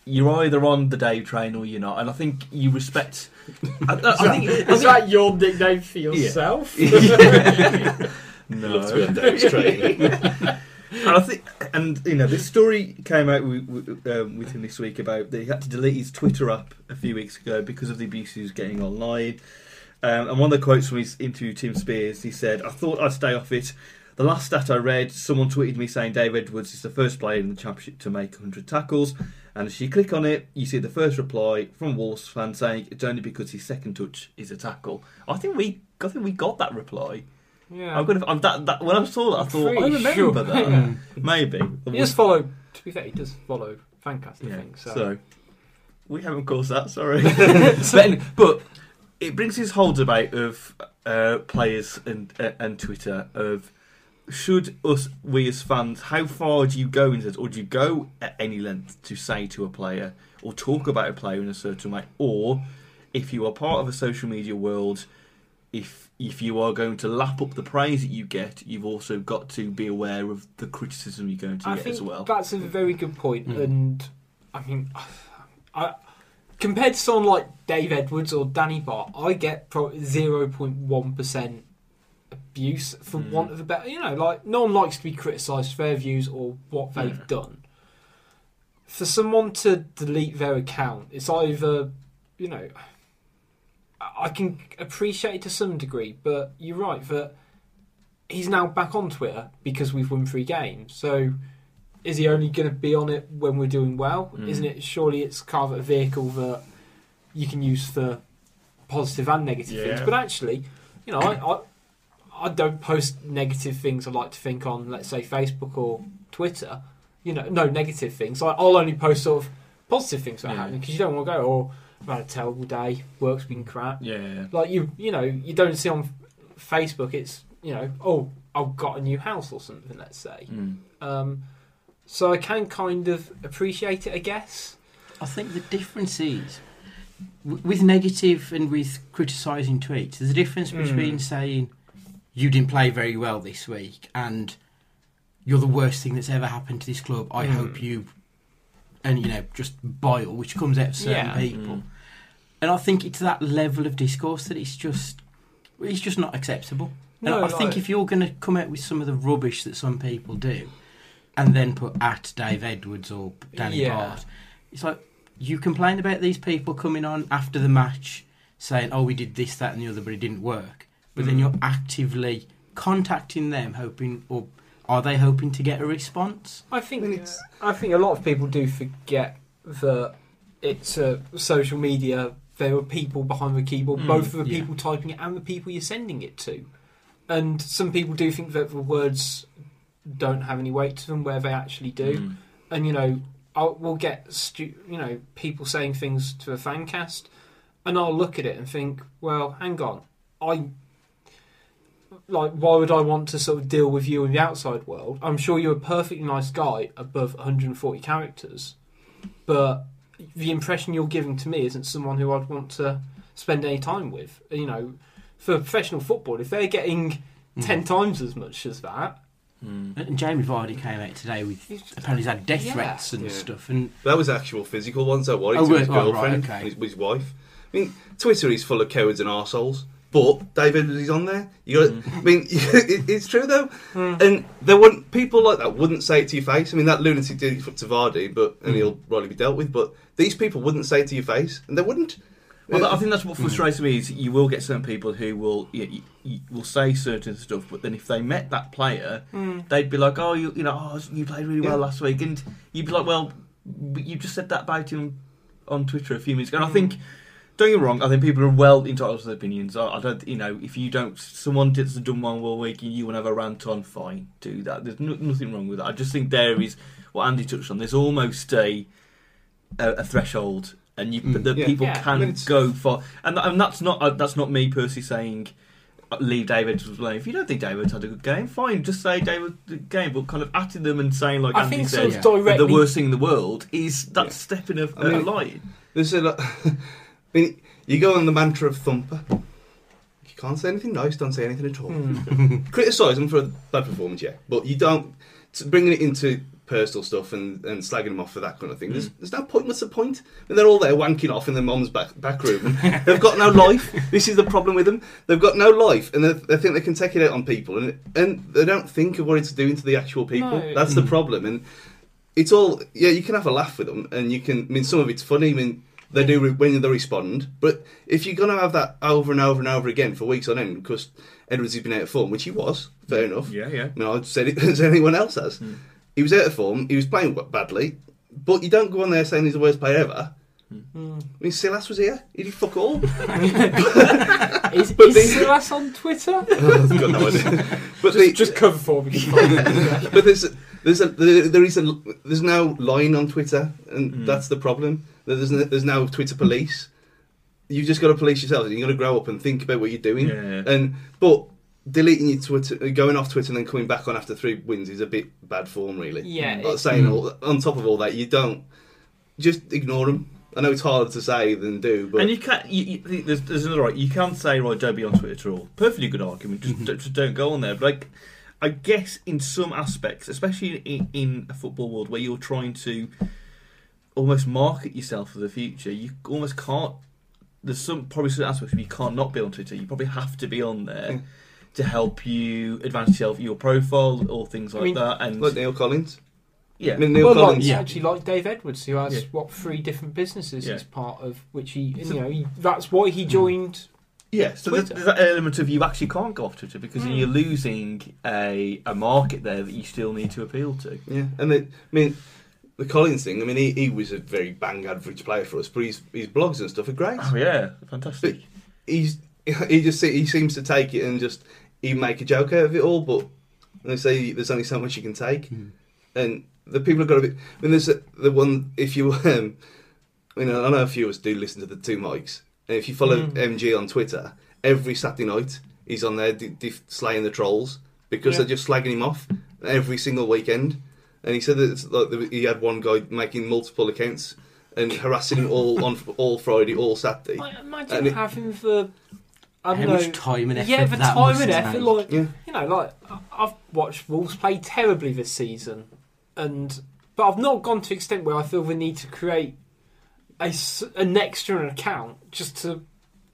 A: You're either on the Dave train or you're not, and I think you respect. I, I- I
B: [LAUGHS]
A: think, I
B: Is
A: think-
B: that your nickname
A: [LAUGHS]
B: for yourself?
A: no.
C: Love to be on Dave's train.
A: And I think, and you know, this story came out with, with, um, with him this week about that he had to delete his Twitter app a few weeks ago because of the abuse he was getting online. Um, and one of the quotes from his interview with Tim Spears, he said, "I thought I'd stay off it. The last stat I read, someone tweeted me saying Dave Edwards is the first player in the championship to make 100 tackles. And as you click on it, you see the first reply from Wolves fan saying it's only because his second touch is a tackle. I think we, I think we got that reply.
B: [LAUGHS] yeah.
A: I'm gonna, I'm, that, that, when I saw that, I
B: I'm
A: thought I
B: pretty
A: remember
B: sure."
A: that.
B: [LAUGHS] Yeah.
A: Maybe.
B: He does follow. To be fair, he does follow Fancast, I
A: Yeah,
B: think. So,
A: so. we haven't caused that. [LAUGHS] Sorry, but, any- but it brings his whole debate of uh, players and uh, and Twitter of should us we as fans how far do you go into this, or do you go at any length to say to a player or talk about a player in a certain way, or if you are part of a social media world, if if you are going to lap up the praise that you get, you've also got to be aware of the criticism you're going to
B: I
A: get
B: think
A: as well. Hmm.
B: that's a very good point,
D: Mm.
B: And I mean, I compared to someone like Dave Edwards or Danny Bart, I get probably zero point one percent abuse for
A: Mm.
B: want of a better. You know, like no one likes to be criticised for their views or what they've
A: Yeah.
B: done. For someone to delete their account, it's either you know. I I can appreciate it to some degree, but you're right that he's now back on Twitter because we've won three games. So is he only going to be on it when we're doing well?
A: Mm.
B: Isn't it? Surely it's kind of a vehicle that you can use for positive and negative things.
A: Yeah.
B: But actually, you know, I, I I don't post negative things. I like to think on, let's say, Facebook or Twitter. You know, no negative things. I, I'll only post sort of positive things that are
A: Yeah.
B: happening because you don't want to go, oh, I've had a terrible day. Work's been crap
A: yeah, yeah.
B: like you you know you don't see on Facebook it's you know oh I've got a new house or something let's say
A: Mm.
B: um, so I can kind of appreciate it, I guess.
D: I think the difference is w- with negative and with criticising tweets. There's a difference
B: Mm.
D: between saying you didn't play very well this week and you're the worst thing that's ever happened to this club. I
B: Mm.
D: hope you and you know just bile, which comes out of certain
B: Yeah.
A: Mm.
D: people. And I think it's that level of discourse that it's just it's just not acceptable. And
B: No,
D: I think
B: like-
D: if you're going to come out with some of the rubbish that some people do, and then put at Dave Edwards or Danny
B: Yeah.
D: Bart, it's like you complain about these people coming on after the match saying, "Oh, we did this, that, and the other, but it didn't work." But then
B: Mm.
D: you're actively contacting them, hoping, or are they hoping to get a response?
B: I think I think a lot of people do forget that it's uh, social media. There are people behind the keyboard,
A: Mm,
B: both of the
D: yeah.
B: people typing it and the people you're sending it to. And some people do think that the words don't have any weight to them, where they actually do.
A: Mm.
B: and you know I'll, we'll get stu- you know people saying things to a fan cast and I'll look at it and think well hang on I like why would I want to sort of deal with you in the outside world I'm sure you're a perfectly nice guy above 140 characters but the impression you're giving to me isn't someone who I'd want to spend any time with you know for professional football if they're getting
C: Hmm.
B: 10 times as much as
C: [LAUGHS]
B: that
A: Mm.
D: And Jamie Vardy came out today with apparently he's had death
B: Yeah.
D: threats and
C: Yeah.
D: stuff, and
C: That was actual physical ones. That worried
D: Oh,
C: to his
D: right, right,
C: girlfriend,
D: okay.
C: his, his wife. I mean, Twitter is full of cowards and arseholes. But David is on there. You got.
D: Mm.
C: I mean, [LAUGHS] it, it's true though, and there wouldn't people like that wouldn't say it to your face. I mean, that lunatic did it to Vardy, but
D: Mm.
C: and he'll probably be dealt with. But these people wouldn't say it to your face, and they wouldn't.
A: Well, I
C: Uh,
A: think that's what frustrates me is you will get certain people who will you, you, you will say certain stuff, but then if they met that player, they'd be like, "Oh, you, you know, oh, you played really well
C: Yeah.
A: last week," and you'd be like, "Well, but you just said that about him on Twitter a few minutes ago." And I think, don't get me wrong, I think people are well entitled to their opinions. I, I don't, you know, if you don't, someone that's done one well week and you want to have a rant on, fine, do that. There's no, nothing wrong with that. I just think there is what Andy touched on. There's almost a a, a threshold. And you,
D: Mm.
A: the
C: Yeah.
A: people
B: Yeah.
A: can
C: I mean, it's-
A: go for, and, and that's not uh, that's not me personally saying uh, leave David to blame. If you don't think David had a good game, fine, just say David the game, but kind of atting them and saying like
B: I
A: Andy
B: think
A: said,
B: sort of
A: that the
B: directly-
A: worst thing in the world is that
C: Yeah.
A: stepping of
C: I
A: a
C: mean-
A: line.
C: There's a [LAUGHS] lot. I mean, you go on the mantra of thumper. If you can't say anything nice, don't say anything at all.
B: Hmm.
C: [LAUGHS] criticise them for a bad performance, yeah, but you don't t- bringing it into personal stuff and, and slagging them off for that kind of thing.
B: Hmm.
C: There's, there's no point. What's the point? And they're all there wanking off in their mum's back back room. [LAUGHS] they've got no life. This is the problem with them. They've got no life, and they, they think they can take it out on people, and and they don't think of what it's doing to the actual people.
B: No. Hmm.
C: That's the problem, and it's all yeah. You can have a laugh with them, and you can. I mean, some of it's funny. I mean. They do re- when they respond, but if you're going to have that over and over and over again for weeks on end, because Edwards has been out of form, which he was, fair enough.
A: Yeah, yeah.
C: No, I'd said it [LAUGHS] as anyone else has.
A: Mm.
C: He was out of form, he was playing w- badly, but you don't go on there saying he's the worst player ever.
B: Hmm.
C: I mean, Silas was here, he did fuck all.
B: Is,
C: But
B: is
C: they-
B: Silas on Twitter?
C: [LAUGHS] I've got [LAUGHS] no idea. But,
B: just,
C: the-
B: just cover for me. [LAUGHS] yeah.
C: [LAUGHS] but there's, there's, a, there, there is a, there's no line on Twitter, and
A: Mm.
C: that's the problem. There- There's no, there's no Twitter police. You've just got to police yourself, and you've got to grow up and think about what you're doing.
A: Yeah.
C: And but deleting your Twitter, going off Twitter, and then coming back on after three wins is a bit bad form, really.
B: Yeah,
C: Like
B: it-
A: Mm.
C: saying all, on top of all that, you don't just ignore them. I know it's harder to say than do, but
A: and you can't. You, you, th- there's, there's another right. You can't say right. Don't be on Twitter at all. Perfectly good argument. Just, don't- just don't go on there. But like, I guess in some aspects, especially in, in a football world where you're trying to almost market yourself for the future, you almost can't. There's some probably some aspects where you can't not be on Twitter. You probably have to be on there. To help you advance yourself, your profile, or things
B: I
A: like
B: mean-
A: that, and
C: like Neil Collins.
A: yeah,
C: I mean, Neil
B: Well, like,
C: Collins.
B: it's
D: Yeah.
B: actually like Dave Edwards, who has
A: Yeah.
B: what three different businesses
A: Yeah.
B: he's part of, which he, you know, he, that's why he joined.
A: Yeah, so there's,
B: Twitter.
A: there's that element of you actually can't go off Twitter because then
B: Mm.
C: Hmm.
A: you're losing a, a market there that you still need to appeal to.
C: Yeah, and the, I mean the Collins thing. I mean, he, he was a very bang average player for us, but his his blogs and stuff are great.
A: Oh yeah, fantastic.
C: he's he just se- he seems to take it and just he make a joke out of it all. But they say there's only so much you can take, and the people have got a bit. I mean, there's a, the one if you [LAUGHS] um, I mean, I know a few of us do listen to the two mics, and if you follow
B: Mm.
C: MG on Twitter, every Saturday night he's on there d- d- slaying the trolls because
B: Yeah.
C: they're just slagging him off every single weekend. and he said that it's like the, he had one guy making multiple accounts and harassing him all on all Friday, all Saturday.
B: I
C: And
B: imagine
C: it-
B: having the. I
D: How
B: don't know.
D: much time and effort?
B: yeah, the
D: that
B: time
D: must
B: and
D: have
B: effort.
D: taken.
B: Like
C: Yeah.
B: you know, like I- I've watched Wolves play terribly this season, and but I've not gone to the extent where I feel the need to create a, s- an extra account just to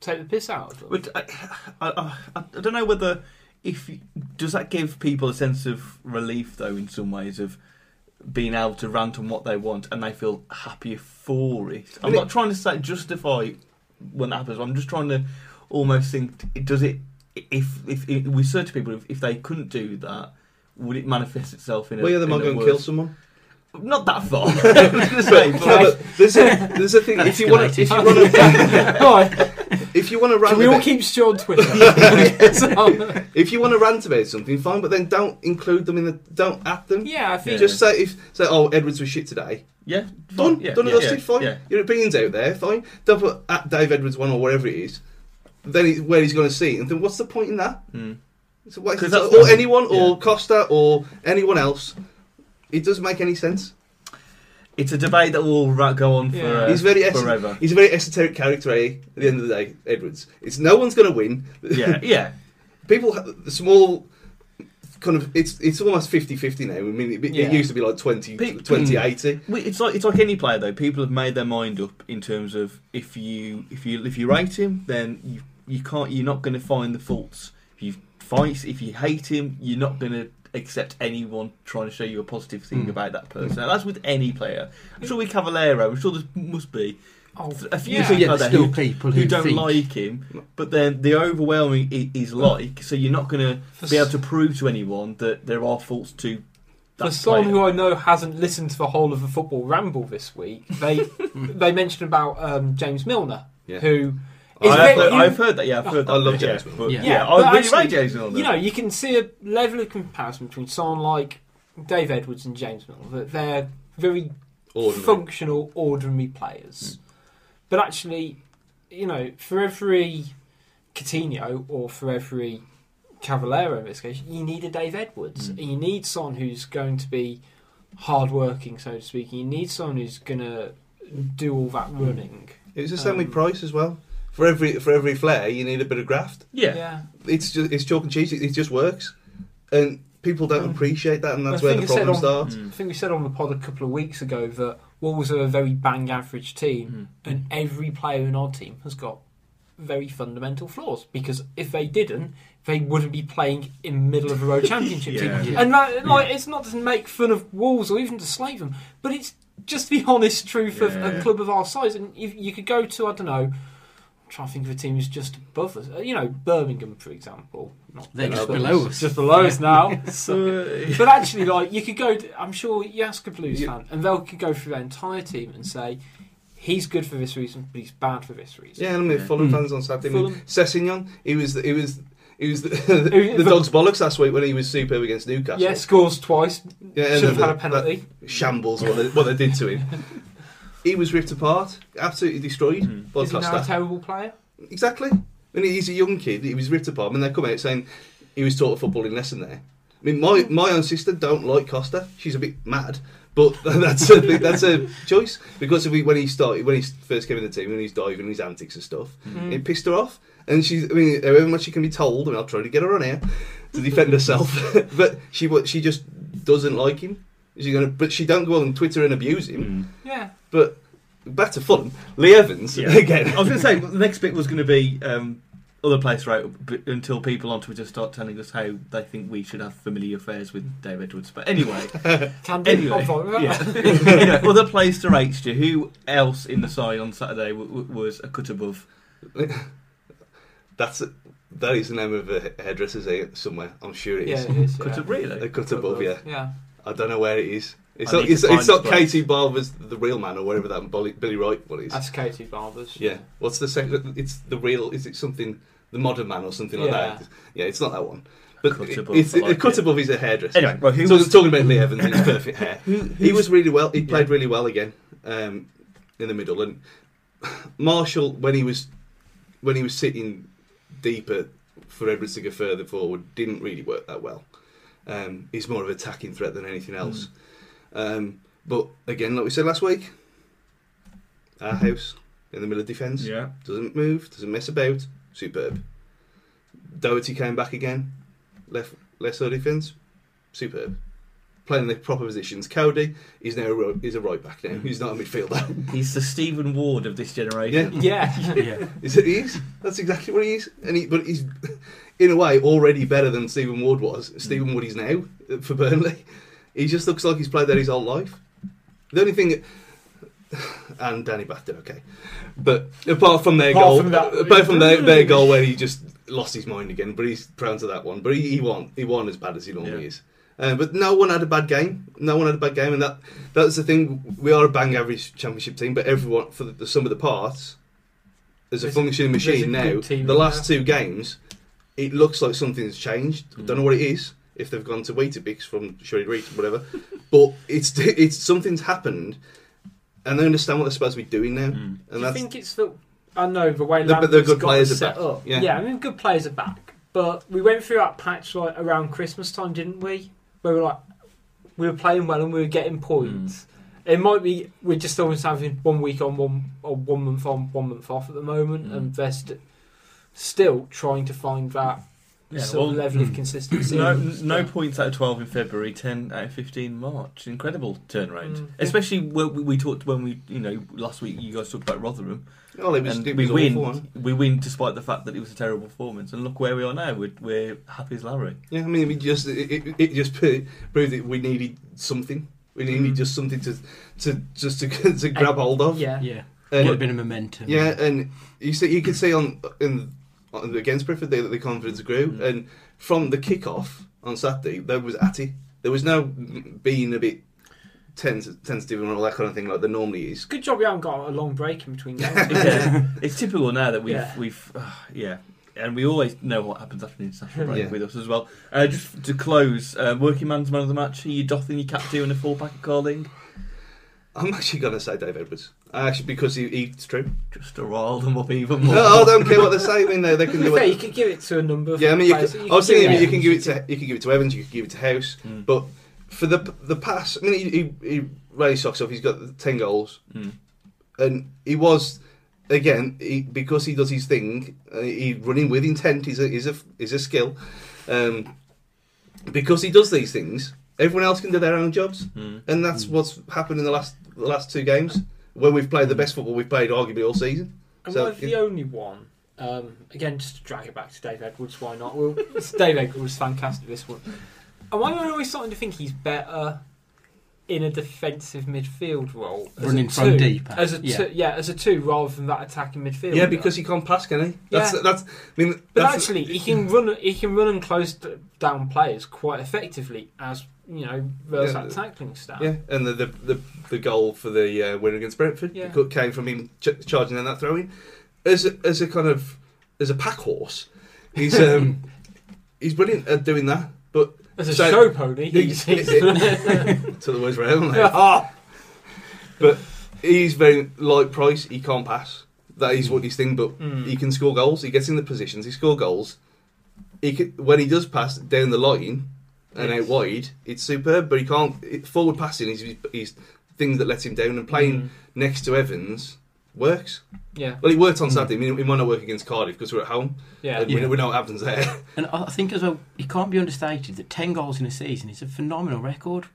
B: take the piss out of them.
A: But
B: [LAUGHS]
A: I, I, I, I don't know whether if you- does that give people a sense of relief though in some ways of being able to rant on what they want and they feel happier for it. I'm
C: But
A: not trying to say justify when that happens. I'm just trying to almost think it- does it if if, if with certain people if, if they couldn't do that. Would it manifest itself in a?
C: Well, yeah, they
A: in
C: might
A: a
C: go and
A: worse-
C: kill someone.
A: Not that [LAUGHS] far. I was gonna say,
C: No,
A: [LAUGHS] but-
C: but [LAUGHS] there's a there's a thing.
D: That
C: If you want to, if you
D: escalated.
A: [LAUGHS]
C: want to,
B: Right,
C: if you want to rant,
B: Can we all
C: about,
B: keep Stu
A: [LAUGHS]
B: on Twitter? [LAUGHS] So,
C: if you want to rant about something, fine. But then don't include them in the. Don't at them.
B: yeah, I think
C: Just say if say oh Edwards was shit today.
A: yeah,
C: Done.
A: yeah,
C: Done
A: yeah,
C: and dusted.
A: yeah,
C: fine.
A: yeah.
C: Your opinion's out there. Fine. Don't put at Dave Edwards one or whatever it is. Then he, where he's going to see it, and then what's the point in that?
A: Mm.
C: So what,
A: 'Cause
C: so-
A: that's
C: or
A: not-
C: anyone,
A: yeah.
C: or Costa, or anyone else. It doesn't make any sense.
A: It's a debate that will ra- go on
B: Yeah.
A: for uh,
C: He's very
A: [LAUGHS]
C: es-
A: forever.
C: He's a very esoteric character. Eh? At the end of the day, Edwards. It's no one's going to win.
A: yeah, yeah.
C: people ha- the small kind of it's it's almost 50-50 now i mean it, it
B: Yeah. mm.
C: used to be like 20
A: Pe-
C: 20 80
A: Well, It's like it's like any player though. People have made their mind up in terms of if you if you if you rate him, then you you can't you're not going to find the faults. If you fight, if you hate him, you're not going to accept anyone trying to show you a positive thing
D: Mm.
A: about that person. And that's with any player. I'm sure with Cavallero, I'm sure there must be
B: oh,
A: a few
B: yeah.
D: So, yeah,
A: people out
D: there's
A: there
D: still
A: who,
D: people who,
A: who don't
D: think,
A: like him, but then the overwhelming i- is like. So you're not going to be able to prove to anyone that there are faults to.
B: For
A: That
B: someone
A: player.
B: who I know hasn't listened to the whole of the football ramble this week,
A: [LAUGHS]
B: they they mentioned about um, James Milner,
C: Yeah.
B: who is
A: I've,
B: very-
A: heard,
B: you-
A: I've heard that. Yeah, I've heard that.
C: I love
A: yeah,
C: James
A: but-
D: Yeah.
A: Yeah,
B: Yeah,
A: I
B: but
A: really
B: actually,
A: rate James Milner.
B: you know you can see a level of comparison between someone like Dave Edwards and James Milner that they're very
C: Ordinary.
B: functional, ordinary players. But actually, you know, for every Coutinho or for every Cavallero in this case, you need a Dave Edwards.
A: Mm.
B: And you need someone who's going to be hardworking, so to speak. You need someone who's going to do all that running.
C: it was the same with
B: Um,
C: price as well for every for every flair you need a bit of graft
A: yeah.
C: it's just it's chalk and cheese it, it just works and people don't
B: Mm.
C: appreciate that and that's
B: I
C: where the
B: think it
C: problem
B: said
C: starts
A: Hmm. Mm.
B: I think we said on the pod a couple of weeks ago that Wolves are a very bang average team. and every player in our team has got very fundamental flaws because if they didn't, they wouldn't be playing in middle of the road championship
A: Yeah.
B: team.
D: Yeah.
B: And that, like, it's not to make fun of Wolves or even to slay them, but it's just the [LAUGHS] honest truth
A: Yeah.
B: of a club of our size. And if you could go to I don't know, I'm trying to think of a team who's just above us. Uh, You know, Birmingham, for example. Not
D: They're
C: No,
D: just
C: but
D: below
B: it's
D: us.
B: just below
D: [LAUGHS]
B: us now. So-
A: [LAUGHS] So,
B: but actually, like you could go. To, I'm sure you ask a Blues
C: You-
B: fan, and they could go through their entire team and say, "He's good for this reason, but he's bad for this reason."
C: yeah and I mean
A: Yeah.
C: Fulham
D: Mm.
C: fans on Saturday I mean,
B: Fulham.
C: Sessignon he was the, he was he was the, [LAUGHS]
B: Who-
C: the dog's bollocks last week when he was superb against Newcastle
B: Yeah, scores twice.
C: Yeah, and
B: Should have
C: the-
B: had a penalty.
C: shambles what they, what they did to him he was ripped apart absolutely destroyed
A: Mm.
C: by
B: Is he now
C: Costa.
B: a terrible player?
C: Exactly. And he's a young kid. He was ripped apart, and they come out saying he was taught a footballing lesson there. I mean, my, my own sister don't like Costa. She's a bit mad, but [LAUGHS] that's a that's a choice because if he, when he started when he first came in the team and he's diving and his antics and stuff, it pissed her off. And she's I mean, however much she can be told, I mean, I'll try to get her on here to defend herself, [LAUGHS] but she wa- she just doesn't like him. She's gonna, but she don't go on Twitter and abuse him.
A: Mm.
B: Yeah.
C: But back to Fulham, Lee Evans
A: Yeah.
C: again.
A: I was going to say the next bit was going to be um, other place right b- until people on Twitter start telling us how they think we should have familiar affairs with Dave Edwards. But anyway,
B: Can do. I'm
A: anyway,
B: fine with that.
A: yeah. [LAUGHS] Anyway, other place to rate you. Who else in the side on Saturday w- w- was a cut above?
C: That's that is the name of a hairdresser's here somewhere. I'm sure it
B: Yeah,
C: is.
B: it is.
A: Cut
B: yeah.
A: ab- really?
C: A cut above, yeah.
B: Yeah.
C: I don't know where it is. It's
A: I
C: not.
A: need to
C: It's,
A: find
C: it's not
A: this place.
C: Katie Barber's the real man or whatever that Billy, Billy Wright one is.
B: That's Katie Barbers.
C: yeah. What's the second? It's the real. Is it something? The modern man or something
B: Yeah.
C: like that. Yeah, it's not that one. But
A: cut
C: it-
A: above,
C: it's,
A: I like
C: a cut
A: it.
C: above is a hairdresser.
A: Anyway, well, who
C: so
A: was
C: I'm talking about Lee Evans and his perfect hair. he was really well. He played
A: Yeah.
C: really well again um, in the middle. And Marshall, when he was when he was sitting deeper for Edwards to go further forward, didn't really work that well. Um, he's more of an attacking threat than anything else. Um, but again, like we said last week, our house in the middle of defence
A: Yeah.
C: doesn't move, doesn't mess about, superb. Doherty came back again, left left side defence, superb. Playing the proper positions. Cody is now a, ro- is a right back now. He's not a midfielder.
A: He's the Stephen Ward of this generation.
C: [LAUGHS]
B: Yeah.
D: [LAUGHS]
A: [LAUGHS]
D: yeah.
C: Is it he is? That's exactly what he is. And he, but he's in a way already better than Stephen Ward was.
B: Mm.
C: Stephen Ward is now uh, for Burnley. He just looks like he's played there his whole life. The only thing, that, and Danny Bath did okay, but apart from their
B: Apart
C: goal,
B: from that-
C: apart from their, their goal where he just lost his mind again. But he's proud of that one. But he, he won. He won as bad as he normally
A: Yeah.
C: is. Um, but no one had a bad game. No one had a bad game, and that that's the thing. We are a bang average championship team, but everyone for the, the sum of the parts, as a
B: There's a-
C: functioning
B: there's a
C: machine now.
B: good team
C: The
B: in
C: last two games, it looks like something's changed. I Don't know what it is. If they've gone to Weetabix from Sherry Reach,
B: [LAUGHS]
C: whatever, but it's it's something's happened, and they understand what they're supposed to be doing now.
A: Mm.
C: And
B: Do you
C: that's
B: think it's the I know the way
C: The- but
B: Lambert
C: the
B: has
C: good
B: got
C: players
B: it
C: are
B: set
C: back.
B: up.
C: Yeah.
B: I mean good players are back. But we went through that patch like around Christmas time, didn't we? Where we were like we were playing well and we were getting points.
C: Mm.
B: It might be we're just always having one week on, one or one month on, one month off at the moment,
A: Mm.
B: and they're st- still trying to find that
A: Yeah,
B: sort
A: well,
B: of level of
D: mm.
B: consistency.
A: no,
B: and
A: no
B: stuff.
A: points out of 12 in February, 10 out of 15 in March. Incredible turnaround.
B: Mm.
A: Especially when we, we talked when we, you know, last week you guys talked about Rotherham.
C: oh, it was,
A: and
C: it
A: we
C: was
A: win.
C: awful. wasn't it?
A: We win despite the fact that it was a terrible performance. And look where we are now. We're, we're happy as Larry.
C: Yeah, I mean, we just it, it, it just [LAUGHS] pro- proved that we needed something. We needed
B: Mm.
C: just something to to just to, [LAUGHS] to grab hold of.
B: Yeah.
D: Yeah.
C: And-
D: Got a bit of momentum.
C: Yeah, and you see, you could see on in on, against Brentford that the confidence grew,
A: Mm.
C: and from the kick-off on Saturday, there was at it. There was no being a bit tens- tentative and all that kind of thing like there normally is.
B: It's a good job we haven't got a long break in between
C: [LAUGHS]
B: games.
A: yeah. It's typical now that we've
B: Yeah.
A: we've uh, yeah, and we always know what happens after the international break
C: Yeah.
A: with us as well. Uh, just to close, uh, working man's man of the match. Are you doffing your cap to in a four pack of Carling?
C: I'm actually gonna say Dave Edwards, actually because he, he's true.
A: Just to rile them up even more.
C: no, I don't care what they say. I mean, they, they
B: To [LAUGHS]
C: can
B: be
C: do
B: fair, you
C: what.
B: could give it to a number of
C: Yeah, I mean, you
B: players.
C: can, I was thinking you
B: give
C: can
B: it
C: give it to you can give it to Evans, you can give it to House,
A: Mm.
C: but for the the pass, I mean, he, he, he really socks off. He's got ten goals.
A: Mm.
C: and he was again he, because he does his thing. Uh, he running with intent is a is a is a skill. Um, because he does these things, everyone else can do their own jobs,
A: Mm.
C: and that's
D: Mm.
C: what's happened in the last the last two games when we've played the best football we've played arguably all season.
B: Am
C: So,
B: I the only one? Um, again, just to drag it back to Dave Edwards, why not? Well, it's Dave Edwards, fantastic this one. Am I always starting to think he's better in a defensive midfield role? as a
D: Running from
B: two-
D: deeper.
B: As a
D: Yeah.
B: two, yeah, as a two rather than that attacking midfield.
C: Yeah, because he can't pass, can he? That's
B: Yeah.
C: that's. I mean,
B: But
C: that's
B: actually, he can run. He can run and close d- down players quite effectively, as you know, versus
C: Yeah.
B: that tackling stat.
C: Yeah, and the the, the, the goal for the uh, win against Brentford
B: Yeah.
C: co- came from him ch- charging in that throwing. As a, as a kind of as a pack horse,
B: [LAUGHS]
C: he's um, he's brilliant at doing that. But
B: As a
C: So-
B: show pony, he's,
C: It-
B: he's [LAUGHS]
C: to the words were hell, mate.
B: Ah,
C: he's very like Price. He can't pass. That is what his thing. But
B: Mm.
C: he can score goals. He gets in the positions. He score goals. He can, when he does pass down the line and
B: Yes.
C: out wide, it's superb. But he can't it, forward passing. Is is things that lets him down and playing
B: Mm.
C: next to Evans works.
B: Yeah,
C: Well, he worked on
D: Mm.
C: Saturday. I mean, it might not work against Cardiff because we're at home.
B: Hmm. yeah.
C: And we,
D: Yeah.
C: know, we know what happens there. [LAUGHS]
D: And I I think as well, it can't be understated that 10 goals in a season is a phenomenal record.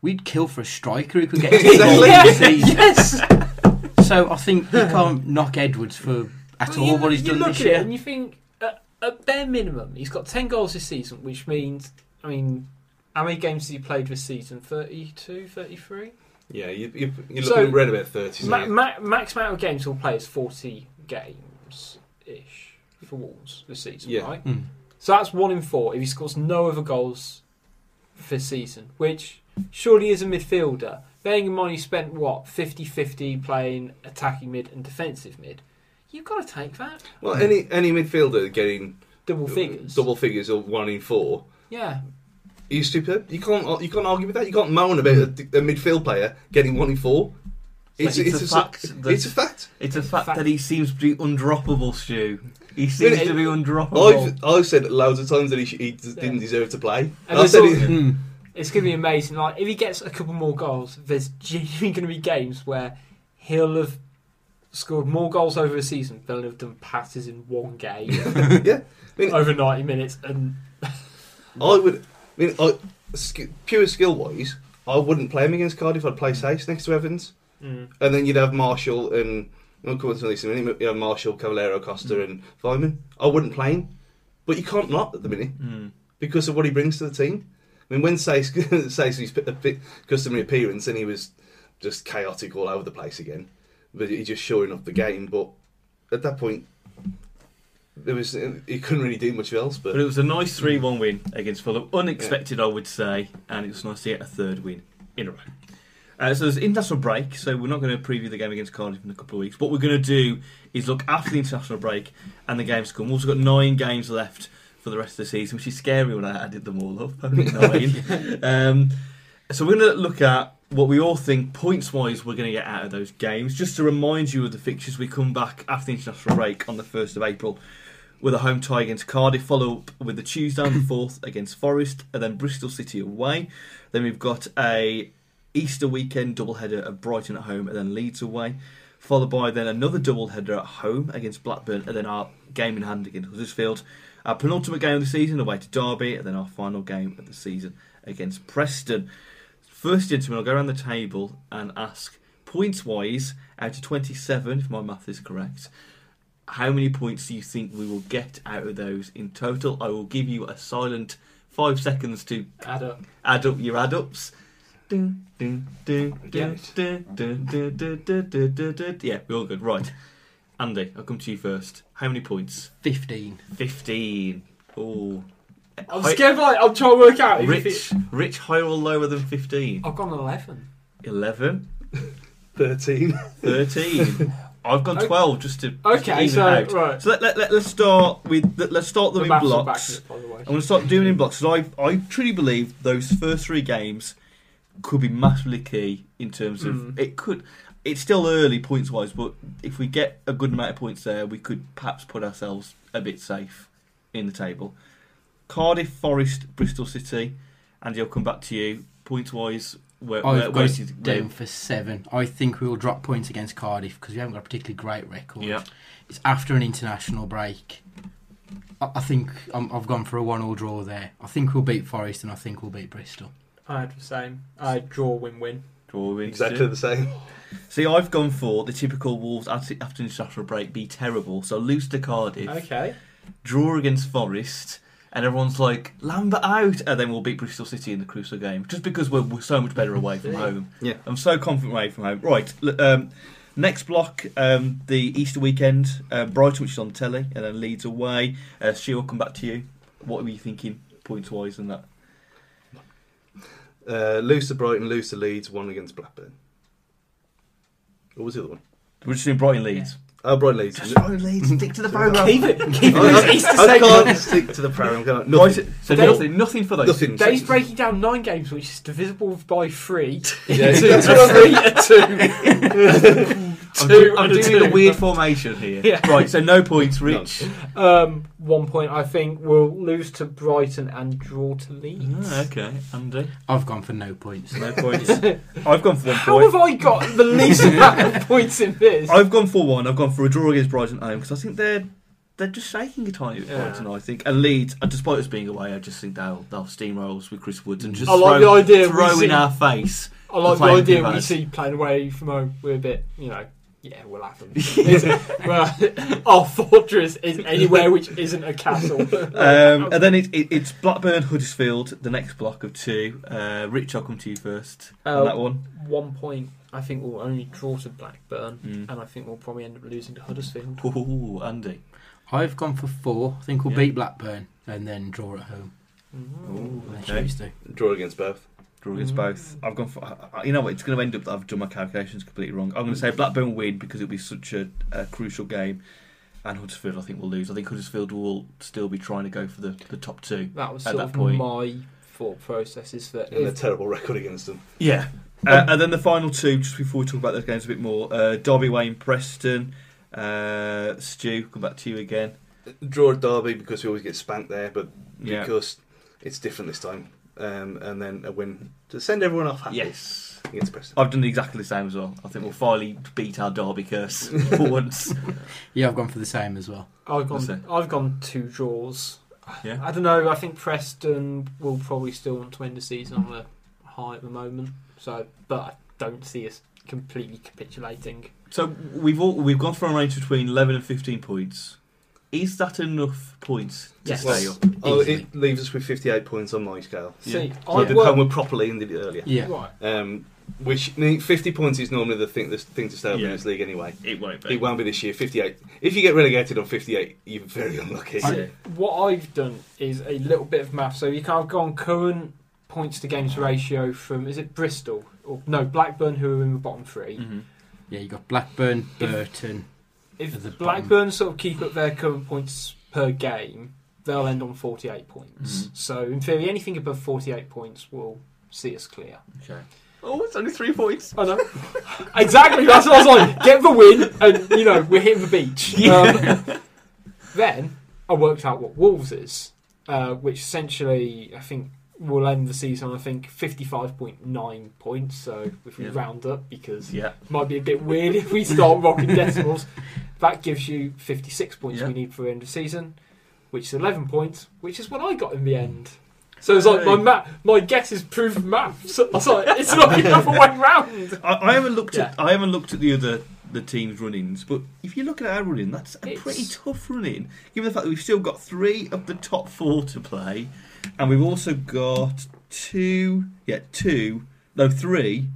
D: We'd kill for a striker who could [LAUGHS] get 10
C: Exactly.
D: goals in a
B: Yeah,
D: season.
B: yes.
D: So I think you can't knock Edwards for at
B: Well,
D: all
B: you,
D: what he's
B: you
D: done
B: look
D: this
B: at it
D: year.
B: And you think, at, at bare minimum, he's got 10 goals this season, which means, I mean, how many games has he played this season? 32, 33?
C: yeah, you, you, you're looking
B: So-
C: at around about 30.
B: Ma-
C: isn't it?
B: ma- max amount of games he'll play is 40 games ish for Wolves this season,
C: Yeah.
B: right?
D: Mm.
B: So that's one in four if he scores no other goals this season, which surely is a midfielder. Bearing in mind he spent, what, 50 50 playing attacking mid and defensive mid. You've got to take that.
C: well, any any midfielder getting
B: Double figures.
C: double figures or one in four,
B: Yeah.
C: he's superb. You can't you can't argue with that. You can't moan about a, a midfield player getting one in four.
A: It's a fact
C: s-
A: that-
C: It's a fact.
A: It's a fact,
B: Fact.
A: that he seems to be undroppable, Stu. He seems
C: Really? Oh,
A: to be undroppable.
C: I've, I've said loads of times that he, sh- he d-
B: Oh, Yeah.
C: didn't deserve to play.
B: And
C: I
B: it's
C: said
B: all-
C: it,
D: Mm.
B: It's going to be amazing. Like if he gets a couple more goals, there's genuinely going to be games where he'll have scored more goals over a season than he'll have done passes in one game
C: [LAUGHS]
B: [LAUGHS]
C: yeah, I mean,
B: over 90 minutes. And
C: I would. I mean, I, sk- pure skill wise, I wouldn't play him against Cardiff. I'd play Sace next to Evans,
B: mm,
C: and then you'd have Marshall and we'll come on to this in a minute. but You have Marshall, Cavallero, Costa, and Vyman. I wouldn't play him, but you can't not at the minute
A: Mm.
C: because of what he brings to the team. I mean, when Sace [LAUGHS] Sace was a bit customary appearance, and he was just chaotic all over the place again, but he just shoring up the game. But at that point, there was he couldn't really do much else.
A: But it was a nice 3 1 win against Fulham. Unexpected, I would say, and it was nice to get a third win in a row. Uh, so there's international break, so we're not going to preview the game against Cardiff in a couple of weeks. What we're going to do is look after the international break and the games come. We've also got nine games left for the rest of the season, which is scary when I added them all up. Only nine. um, so we're going to look at what we all think points wise we're going to get out of those games. Just to remind you of the fixtures, we come back after the international break on the 1st of April with a home tie against Cardiff, follow up with the Tuesday on the 4th against Forest, and then Bristol City away. Then we've got a Easter weekend doubleheader at Brighton at home and then Leeds away, followed by then another doubleheader at home against Blackburn and then our game in hand against Huddersfield. Our penultimate game of the season away to Derby and then our final game of the season against Preston. First, gentlemen, I'll go around the table and ask points wise out of 27, if my math is correct. How many points do you think we will get out of those in total? I will give you a silent five seconds to
B: add up.
A: add up your add ups. Dun, dun, dun,
B: Get
A: dun, dun, dun, dun, dun, dun, dun, dun, dun. Yeah, we're all good. Right. Andy, I'll come to you first. How many points?
D: 15.
A: 15. Oh.
B: I'm scared. Like I'm trying to work out. if
A: Rich,
B: it-
A: Rich, higher or lower than 15?
B: I've gone 11.
A: 11,
C: [LAUGHS] Thirteen.
B: [LAUGHS]
A: 13. I've gone
B: Okay.
A: 12 just to. just to
B: Okay,
A: even
B: so
A: out.
B: right.
A: So let, let, let, let's start with let, let's start them
B: The
A: in
B: maths will
A: blocks.
B: back it, by the way.
A: I'm going to start doing in blocks. 'cause I I truly believe those first three games could be massively key in terms of
B: Mm.
A: it could. It's still early points wise, but if we get a good amount of points there, we could perhaps put ourselves a bit safe in the table. Cardiff, Forest, Bristol City, Andy, I'll come back to you. Points wise, where where,
D: I've
A: where,
D: got it down for seven. I think we will drop points against Cardiff because we haven't got a particularly great record.
A: Yeah.
D: It's after an international break. I, I think I'm, I've gone for a one-all draw there. I think we'll beat Forest and I think we'll beat Bristol.
B: I had the same. I draw, win, win.
A: draw wins,
C: Exactly the same.
A: See, I've gone for the typical Wolves after after international break be terrible. So lose to Cardiff.
B: Okay.
A: draw against Forest, and everyone's like Lambert out, and then we'll beat Bristol City in the crucial game just because we're, we're so much better away from
B: [LAUGHS] Yeah.
A: home.
C: Yeah.
A: I'm so confident away from home. Right, l- um, next block, um, the Easter weekend, uh, Brighton, which is on telly, and then Leeds away. Uh, Stu, I'll come back to you. What were you thinking points wise and that?
C: Uh, lose to Brighton, lose to Leeds, one against Blackburn. What was the other one?
A: We're just doing Brighton Leeds.
C: Oh, Brighton Leeds.
A: Just Brighton Leeds. Stick
C: [LAUGHS]
A: to the
B: Keep
A: program.
B: it. [LAUGHS] Keep it.
C: I,
B: as Easter
C: I
B: segment.
C: can't stick to the program. Can't I? Uh, Nothing.
A: Brighton- So
B: They-
A: nothing, nothing for those.
C: Nothing.
B: Dave's breaking down nine games, which is divisible by three.
A: [LAUGHS]
B: [LAUGHS]
C: Yeah,
B: Two,
C: that's
B: a
C: what I'm
B: three, a two.
A: I'm,
B: Two
A: do- I'm
B: and a
A: doing
B: two.
A: a weird formation here.
B: Yeah.
A: Right, so no points,
C: [LAUGHS]
A: Rich.
B: Um, one point, I think we'll lose to Brighton and draw to Leeds.
A: Ah, okay, Andy.
D: I've gone for no points.
A: No
B: [LAUGHS]
A: points. I've gone for one
B: How
A: point.
B: have I got
A: [LAUGHS]
B: the least amount of points in this?
A: I've gone for one. I've gone for a draw against Brighton at home because I think they're they're just shaking a tiny bit.
B: Yeah.
A: Brighton, I think, and Leeds, and despite us being away, I just think they'll they'll steamroll us with Chris Woods and just
B: Mm. I like
A: throw,
B: the idea we
A: throw in
B: see-
A: our
B: [LAUGHS]
A: face.
B: I like the
A: Playing
B: idea we
A: Divac.
B: see playing away from home. We're a bit, you know, yeah, we'll
A: [LAUGHS]
B: have them. [LAUGHS] It's- well, our fortress is anywhere which isn't a castle.
A: [LAUGHS] Um, and then it, it, it's Blackburn Huddersfield, the next block of two. Uh, Rich, I'll come to you first
B: Oh.
A: on that one.
B: one point, I think we'll only draw to Blackburn,
A: Mm.
B: and I think we'll probably end up losing to Huddersfield.
A: Ooh, Andy.
D: I've gone for four. I think we'll
A: Yeah.
D: beat Blackburn and then draw at home.
A: Ooh,
D: Unless
A: okay.
D: you two.
C: Draw against both.
A: Draw against
B: Mm.
A: both. I've gone for. I- I- You know what? It's going to end up that I've done my calculations completely wrong. I'm going to say Blackburn win because it'll be such a, a crucial game, and Huddersfield I think will lose. I think Huddersfield will still be trying to go for the, the top two.
B: That was
A: At
B: sort
A: that
B: of
A: point.
B: my thought process. Is that
C: And a
B: if,
C: terrible record against them.
A: Yeah. Uh, and then the final two, just before we talk about those games a bit more uh, Derby Wayne Preston. Uh, Stu, come back to you again.
C: Draw at Derby because we always get spanked there, but
A: Yeah.
C: because it's different this time. um, and then a win to send everyone off happy
A: Yes.
C: against Preston.
A: I've done exactly the same as well. I think we'll finally beat our derby curse [LAUGHS] for once.
D: Yeah, I've gone for the same as well.
B: I've
A: Let's
B: gone. I've gone two draws.
A: Yeah.
B: I don't know. I think Preston will probably still want to end the season on a high at the moment. So, but I don't see us completely capitulating.
A: So we've all, we've gone from a range between eleven and fifteen points. Is that enough points to
B: Yes.
A: stay up?
C: Oh,
D: Easily.
C: it leaves us with 58 points on my scale.
B: See,
A: Yeah.
B: I
C: I did
B: work-
C: homework properly and did it earlier.
D: Yeah.
B: Right.
C: Um, which I mean, 50 points is normally the thing, the thing to stay up
A: Yeah.
C: in this league anyway.
A: It won't
C: It won't be this year. 58. If you get relegated on 58, you're very unlucky.
A: Yeah.
B: What I've done is a little bit of math. So you can have gone current points to games ratio from is it Bristol or no Blackburn who are in the bottom three.
A: Mhm.
D: Yeah, you got Blackburn, Burton. At
B: If
D: the
B: Blackburn sort of keep up their current points per game, they'll end on 48 points.
A: Mhm.
B: So, in theory, anything above 48 points will see us clear.
A: Okay. Oh, it's only three points.
B: I know. [LAUGHS] exactly, that's what I was like. Get the win, and, you know, we're hitting the beach. Um, then I worked out what Wolves is, uh, which essentially, I think, will end the season on, I think, 55.9 points. So, if we
A: Yeah.
B: round up, because
A: Yeah.
B: might be a bit weird [LAUGHS] if we start
D: [LAUGHS]
B: rocking decimals. That gives you 56 points
A: Yeah.
B: we need for the end of season, which is 11 points, which is what I got in the end.
D: Mm.
B: So it's like my ma- my guess is proof maths. [LAUGHS] So it's like it's not the other way round.
A: I, I haven't looked at I haven't looked at the other the team's run-ins, but if you look at our run-in, that's a
B: It's-
A: pretty tough run-in. Given the fact that we've still got three of the top four to play, and we've also got two, yeah, two, no, three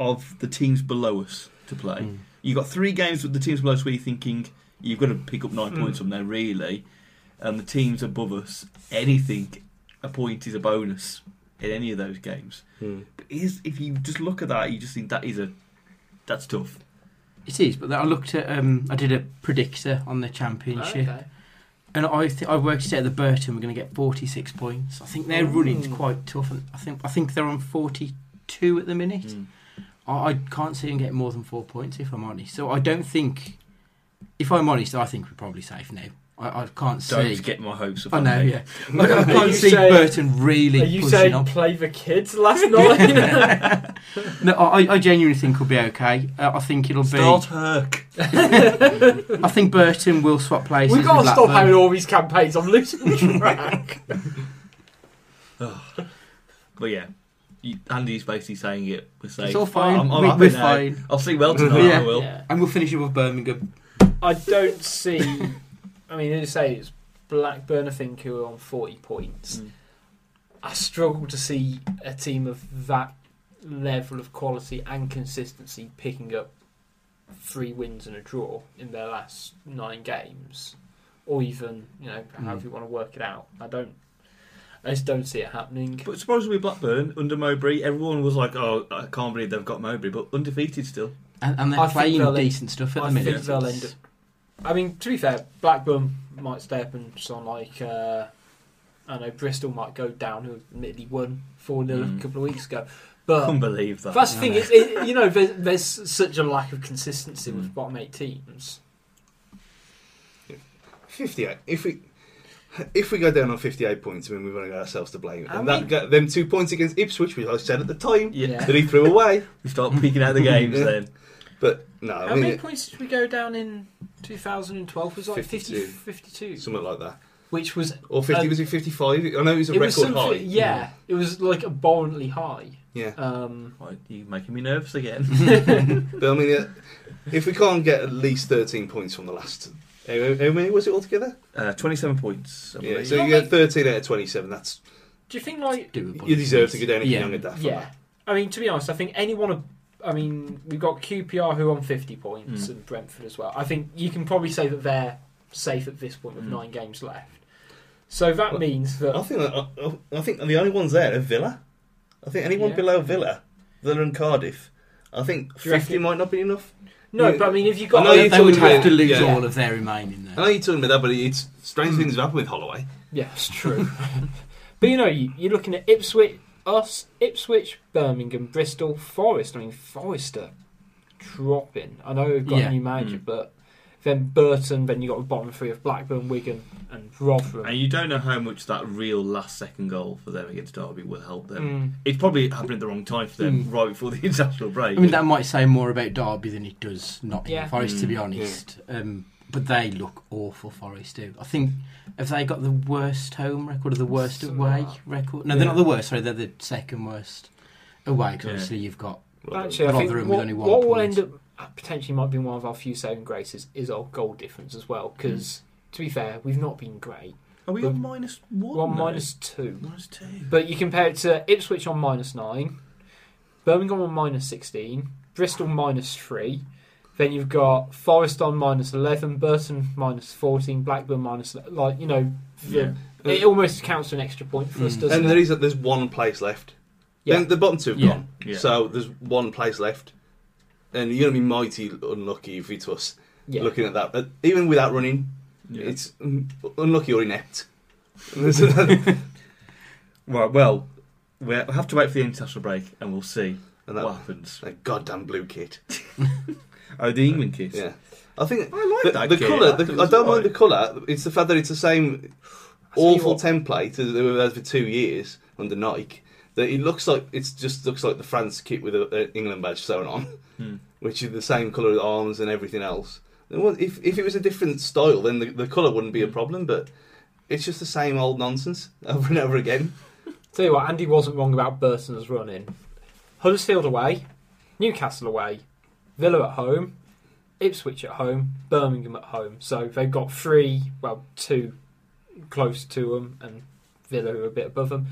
A: of the teams below us to play.
D: Mm.
A: You've got three games with the teams below us where you're thinking you've got to pick up nine
B: Mm.
A: points from there, really. And the teams above us, anything, a point is a bonus in any of those games.
C: Hmm.
A: But is if you just look at that, you just think that is a that's tough.
D: It is, but I looked at. Um, I did a predictor on the championship,
B: Okay.
D: and I th- I worked it out that Burton were going to get forty six points. I think
A: Mm.
D: their running's
B: Ooh.
D: quite tough, and I think I think they're on forty two at the minute.
A: Mm.
D: I, I can't see them getting more than four points if I'm honest. So I don't think, if I'm honest, I think we're probably safe now. I, I can't see.
A: Don't get my hopes up.
D: I know,
A: mate.
D: yeah. [LAUGHS] I, I
B: Are you
D: can't see
B: saying-
D: Burton really
B: Are you
D: pushing
B: saying
D: up.
B: play the kids last
D: [LAUGHS]
B: night?
D: No, I, I genuinely think we'll be okay. Uh, I think it'll be.
A: Start Herc.
D: I think Burton will swap
B: [LAUGHS]
D: places.
B: we
D: with
B: got to stop
D: Blackburn.
B: having all these campaigns. I'm losing
D: [LAUGHS]
B: track.
A: But yeah, you, Andy's basically saying it. We're saying
D: It's all fine.
A: I'm, I'm
D: we,
A: happy
D: we're
A: now.
D: fine.
A: I'll see well tonight.
D: [LAUGHS] Yeah.
A: I will.
B: Yeah.
D: And we'll finish it with Birmingham.
B: I don't see. I mean, as you say, it's Blackburn, I think, who are on 40 points.
A: Mm.
B: I struggle to see a team of that level of quality and consistency picking up three wins and a draw in their last nine games, or even, you know, however
D: Mm.
B: you want to work it out. I don't. I just don't see it happening.
A: But supposedly Blackburn under Mowbray, everyone was like, "Oh, I can't believe they've got Mowbray," but undefeated still.
D: And, and they're
B: I think they'll
D: playing
B: end-
D: decent stuff at
B: I
D: the minute.
B: think they'll end up. I mean, to be fair, Blackburn might stay up and sound like uh, I know Bristol might go down, who admittedly won four 0
A: Mm.
B: a couple of weeks ago.
A: Can't
B: But
A: believe that.
B: that's the
D: I
B: thing
D: know.
B: is, it, you know, there's, there's such a lack of consistency with
A: Mm.
B: bottom eight teams.
C: 58. If we if we go down on 58 points, I mean, we've only got ourselves to blame.
B: How
C: And
B: many-
C: that got them two points against Ipswich, which I said at the time,
A: yeah.
B: Yeah.
C: that he threw away.
A: We start picking out the games
C: Yeah.
A: then.
C: But no,
B: How
C: I mean,
B: many points did we go down in 2012? Was it like 50,
C: 52.
B: 52,
C: something like that.
B: which was
C: Or 50,
B: Um,
C: was it 55? I know it was a
B: it was
C: record
B: something.
C: high.
B: Yeah, it was like abhorrently high.
C: Yeah.
B: Um,
A: Right, you're making me nervous again.
C: But I mean, uh, if we can't get at least 13 points from the last. How how many was it altogether?
A: Uh, 27 points. I
C: Yeah,
A: believe.
C: so you get 13 out of 27. That's
B: do you think like
D: Doable.
C: You deserve to go down if
D: Yeah.
C: you're younger, Daff.
B: Yeah, I mean, to be honest, I think anyone. ab- I mean, we've got QPR who are on fifty points
A: Mm.
B: and Brentford as well. I think you can probably say that they're safe at this point with
A: Mm.
B: nine games left. So that
C: Well,
B: means that
C: I think I, I, I think the only ones there are Villa. I think anyone
B: Yeah.
C: below Villa, Villa and Cardiff, I think
B: Do you reckon-
C: fifty might not be enough.
B: no,
C: you-
B: but I mean, if you
C: I
B: got
C: know
D: They,
C: you
D: they would
C: talking
D: have to
C: about-
D: lose
C: yeah.
D: all of their remaining
C: I
D: there.
C: know you're talking about that, but it's strange things have happened with Holloway.
B: yeah, it's true. [LAUGHS] but you know, you, you're looking at Ipswich, us, Ipswich, Birmingham, Bristol, Forest. I mean, Forest are dropping. I know we've got
D: Yeah.
B: a new manager,
A: Mm.
B: but then Burton, then you got the bottom three of Blackburn, Wigan, and Rotherham.
A: And you don't know how much that real last second goal for them against Derby will help them.
B: Mm.
A: It's probably happened at the wrong time for them,
D: Mm.
A: right before the [LAUGHS] international break.
D: I mean, that might say more about Derby than it does Nottingham
B: Yeah.
D: Forest, to be
A: Mm,
D: honest. Um, but they look awful, Forest do. I think have they got the worst home record or the worst
B: Something
D: away
B: like that.
D: record? No, they're not the worst. Sorry, they're the second worst away. 'cause
A: Yeah.
D: obviously you've got
B: Actually, I think
D: Rotherham with
B: what,
D: only one
B: what will
D: point.
B: end up uh, potentially might be one of our few saving graces is our goal difference as well.
D: Mm.
B: Because to be fair, we've not been great.
A: Are we on minus one?
B: One
A: now?
B: minus two.
A: Minus two.
B: But you compare it to Ipswich on minus nine, Birmingham on minus 16, Bristol minus three. Then you've got Forest on minus 11, Burton minus 14, Blackburn minus, ele- like, you know, the- it almost counts for an extra point for us,
D: Mm.
B: doesn't
C: And
B: it?
C: there is there's one place left.
B: Yeah.
C: Then the bottom two have
D: Yeah.
C: gone.
A: Yeah.
C: So there's one place left. And you're gonna be mighty unlucky if it's us
B: yeah.
C: looking at that. But even without running,
A: Yeah.
C: it's mm, unlucky or inept. and
A: Right, well, we will have to wait for the international break and we'll see
C: that,
A: what happens.
C: that goddamn blue kit.
A: Oh, the England kids.
C: Yeah, I think
A: I
C: the,
A: like that
C: the
A: kit.
C: colour.
A: thought it
C: The, I
A: was
C: don't
A: alright.
C: mind the colour. It's the fact that it's the same
B: tell you
C: awful
B: what.
C: template as we've had for two years under Nike. That it looks like it just looks like the France kit with an England badge sewn on,
A: Hmm.
C: which is the same colour arms and everything else. Then what- If if it was a different style, then the, the colour wouldn't be a problem. But it's just the same old nonsense [LAUGHS] over and over again.
B: Tell you what, Andy wasn't wrong about Burton's running. Huddersfield away, Newcastle away, Villa at home, Ipswich at home, Birmingham at home. So they've got three, well, two close to them, and Villa who are a bit above them.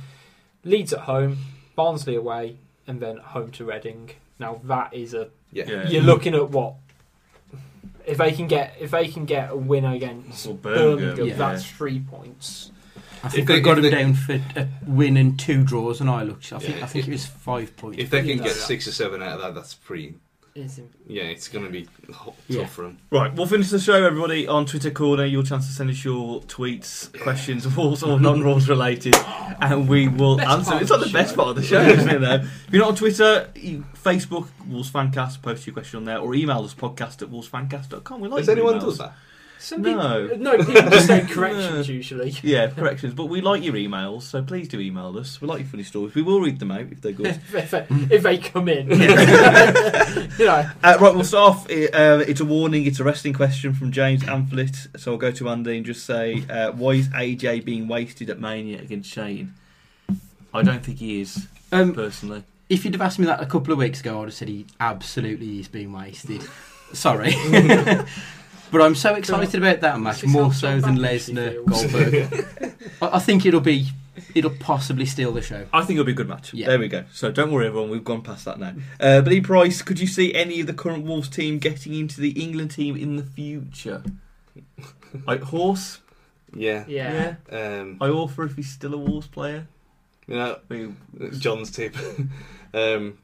B: Leeds at home, Barnsley away, and then home to Reading. Now that is a
C: Yeah,
A: Yeah.
B: you're looking at what if they can get if they can get a win against
A: Well, Birmingham,
B: Birmingham,
A: yeah.
B: that's three points.
D: I think
C: they-
D: they got
C: if they-
D: them down for a win and two draws, and I looked. I think
C: Yeah,
D: I think
C: if-
D: it was five points.
C: If they can
B: Yeah.
C: get six or seven out of that, that's pretty.
B: It's in-
C: Yeah, it's going to be ho- tough
D: Yeah.
C: for them.
A: Right, we'll finish the show, everybody, on Twitter Corner. Your chance to send us your tweets, questions, [LAUGHS] rules or non rules related, and we will
B: Best
A: answer.
B: part
A: It's
B: of
A: not
B: the
A: the best
B: show.
A: part of the show, isn't it, though? If you're not on Twitter, you, Facebook, Wolves Fancast, post your question on there, or email us podcast at wolvesfancast.com. We like
C: Has
A: your
C: anyone
A: emails.
C: does that?
B: Some peop-
A: No.
C: [LAUGHS]
B: no, people just say corrections
A: No.
B: usually. [LAUGHS]
A: Yeah, corrections. But we like your emails, so please do email us. We like your funny stories. We will read them out if they're good.
B: if, they, if they come in. [LAUGHS] you know,
A: Uh, right, we'll start off. Uh, it's a warning. It's a wrestling question from James Amphlett. So I'll go to Andy and just say, uh, why is AJ being wasted at Mania against Shane? I don't think he is
D: um,
A: personally.
D: If you'd have asked me that a couple of weeks ago, I would have said he absolutely is being [LAUGHS] wasted. Sorry. but I'm so excited about that match,
B: This is
D: more
B: how
D: so
B: John
D: than
B: Baptist
D: Lesnar
B: feels.
D: Goldberg.
B: [LAUGHS]
D: I I think it'll be, it'll possibly steal the show.
A: I think it'll be a good match.
D: Yeah.
A: There we go. So don't worry, everyone. We've gone past that now. Uh, Billy Price, could you see any of the current Wolves team getting into the England team in the future? I horse.
C: Yeah.
B: yeah.
C: Um,
A: I offer if he's still a Wolves player.
C: you know,
A: We-
C: John's tip. [LAUGHS] um,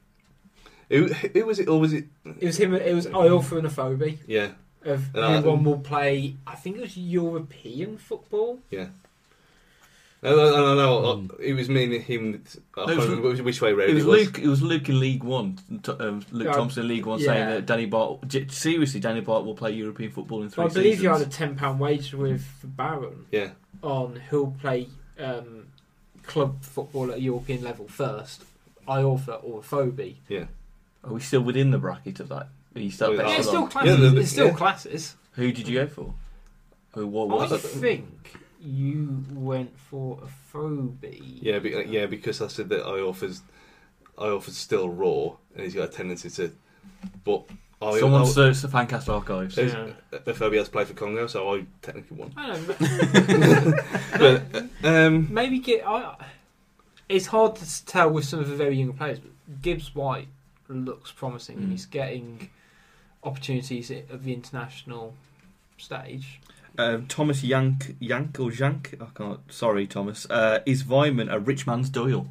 C: who, who was it? Or was it?
B: It was him. It was Isle for Anaphobia
C: Yeah,
B: of
C: And I-
B: who one will play. I think it was European football.
C: yeah. No, no, no, no,
B: Hmm.
C: no.
D: Mm.
C: It was me and him. I
A: No, it
C: can't
A: was-
C: remember which- which way round
A: It
C: it
A: was Luke. It was Luke in League One. T- Um, Luke
B: Yeah.
A: Thompson in League One
B: Yeah.
A: saying that Danny Bart. j- Seriously, Danny Bart will play European football in three
B: I believe
A: seasons.
B: you had a ten pound wage with Baron
C: Yeah,
B: on who'll play um, club football at a European level first. Isle for or Phobie.
A: Are we still within the bracket of that? Are you still
C: Yeah,
A: betting
B: Yeah, it's
A: on-
B: still
C: Yeah,
B: classes.
C: the- the-
B: it's still
C: yeah.
B: classes.
A: Who did you go for? Who? What
B: I
A: was?
C: Well,
A: it?
B: think you went for a Phobie.
C: yeah, be, uh, yeah. Because I said that I offers, I offers still raw, and he's got a tendency to. But I,
A: Someone
C: I,
A: searched the fancast archives.
C: There's-
B: Yeah.
C: if Fabi has played for Congo, so I technically won.
B: I
C: [LAUGHS]
B: don't know.
C: but um,
B: Maybe get. I, it's hard to tell with some of the very young players, but Gibbs White looks promising.
A: Mm.
B: and He's getting opportunities at at the international stage.
A: Um, Thomas Yank, Yank or Jank? I can't. Sorry, Thomas. Uh, is Vyman a rich man's Doyle?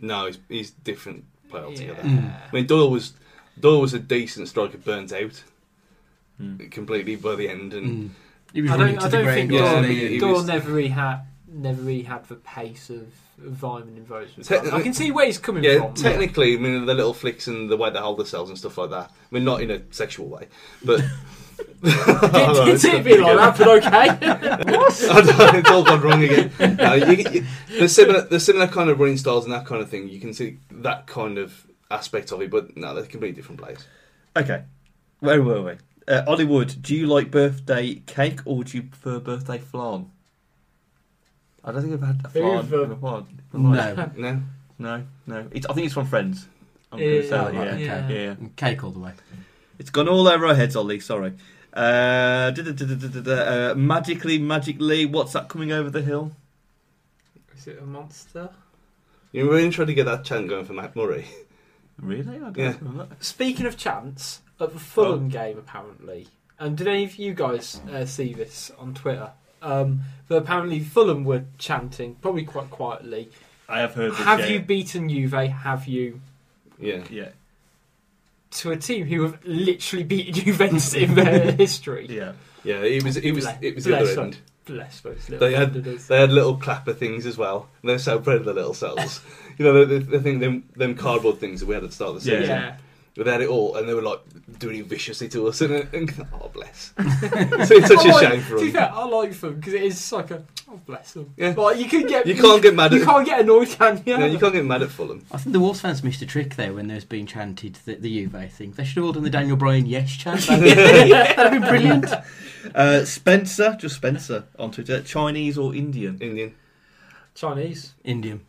C: no, he's he's different player altogether.
B: Yeah.
C: I mean, Doyle was Doyle was a decent striker, burnt out
A: Hmm.
C: completely by the end, and
B: Hmm.
D: Mm. He was
B: I
D: running
B: don't.
D: to
B: I
D: the
B: don't
D: ground.
B: think
C: yeah,
B: Doyle,
C: I mean, he
B: Doyle
C: was-
B: never really had never really had the pace of Vyman in those.
C: Te-
B: regards. I can see where he's coming
C: Yeah,
B: from. [LAUGHS]
C: technically, I
B: [LAUGHS]
C: mean the little flicks and the way they hold themselves and stuff like that. I mean, not in a sexual way, but [LAUGHS]
B: Did, did it be like that, but okay.
C: I don't- it's all gone wrong again. No, you, you, the similar, the similar kind of running styles and that kind of thing. You can see that kind of aspect of it, but no, they're completely different plays.
A: Okay, where were we? Uh, Ollie Wood, do you like birthday cake or do you prefer birthday flan? I don't think I've had a flan
B: Who've, uh,
A: in a pod.
D: No.
C: No,
A: no, no. It's, I think it's from Friends. I'm going
B: Yeah,
A: to say that. Yeah.
D: right,
A: yeah,
D: okay. Mm, Cake all the way.
A: It's gone all over our heads, Ollie. Sorry. Uh, da-da-da-da-da-da, uh, magically, magically, what's that coming over the hill?
B: [LAUGHS] Is it a monster?
C: you were really trying to get that chant going for Matt Murray.
A: Really? I don't
C: Yeah.
A: remember that.
B: Speaking of chance, at the
C: Oh.
B: Fulham game apparently, um, did any of you guys uh, see this on Twitter? Um, that apparently Fulham were chanting, probably quite quietly,
A: I have heard. This,
B: "Have
A: yeah.
B: you beaten Juve? Have you?"
C: Yeah,
A: Yeah,
B: To a team who have literally beaten [LAUGHS] Juventus in
C: [LAUGHS]
B: their history.
A: yeah.
C: yeah. It was, it was, it was the
B: Bless
C: other
B: them.
C: end.
B: Bless those little
C: They had-
B: underdogs.
C: They had little clapper things as well. And they're so proud of the
B: [LAUGHS]
C: little cells. you know, the, the, the thing, them, them cardboard things that we had at the start of the
A: Yeah.
C: season.
B: yeah.
C: But they had it all, and they were like doing it viciously to us. And, and oh,
B: [LAUGHS]
C: bless. so it's such
B: I
C: a
B: like-
C: shame for
B: Oh, To be
C: them.
B: fair, I like them because it is like a oh bless them.
C: Yeah.
B: Like you can get
C: You can't get mad
B: you
C: at-
B: can't get annoyed, can you?
C: No, you can't get mad at Fulham.
D: I think the Wolves fans missed a trick there when there's been chanted the, the Juve thing. They should have all done the Daniel Bryan yes [LAUGHS] chant. That'd have been [LAUGHS] brilliant.
A: Uh, Spencer, just Spencer on Twitter. Chinese or Indian?
C: Indian.
B: Chinese.
D: Indian.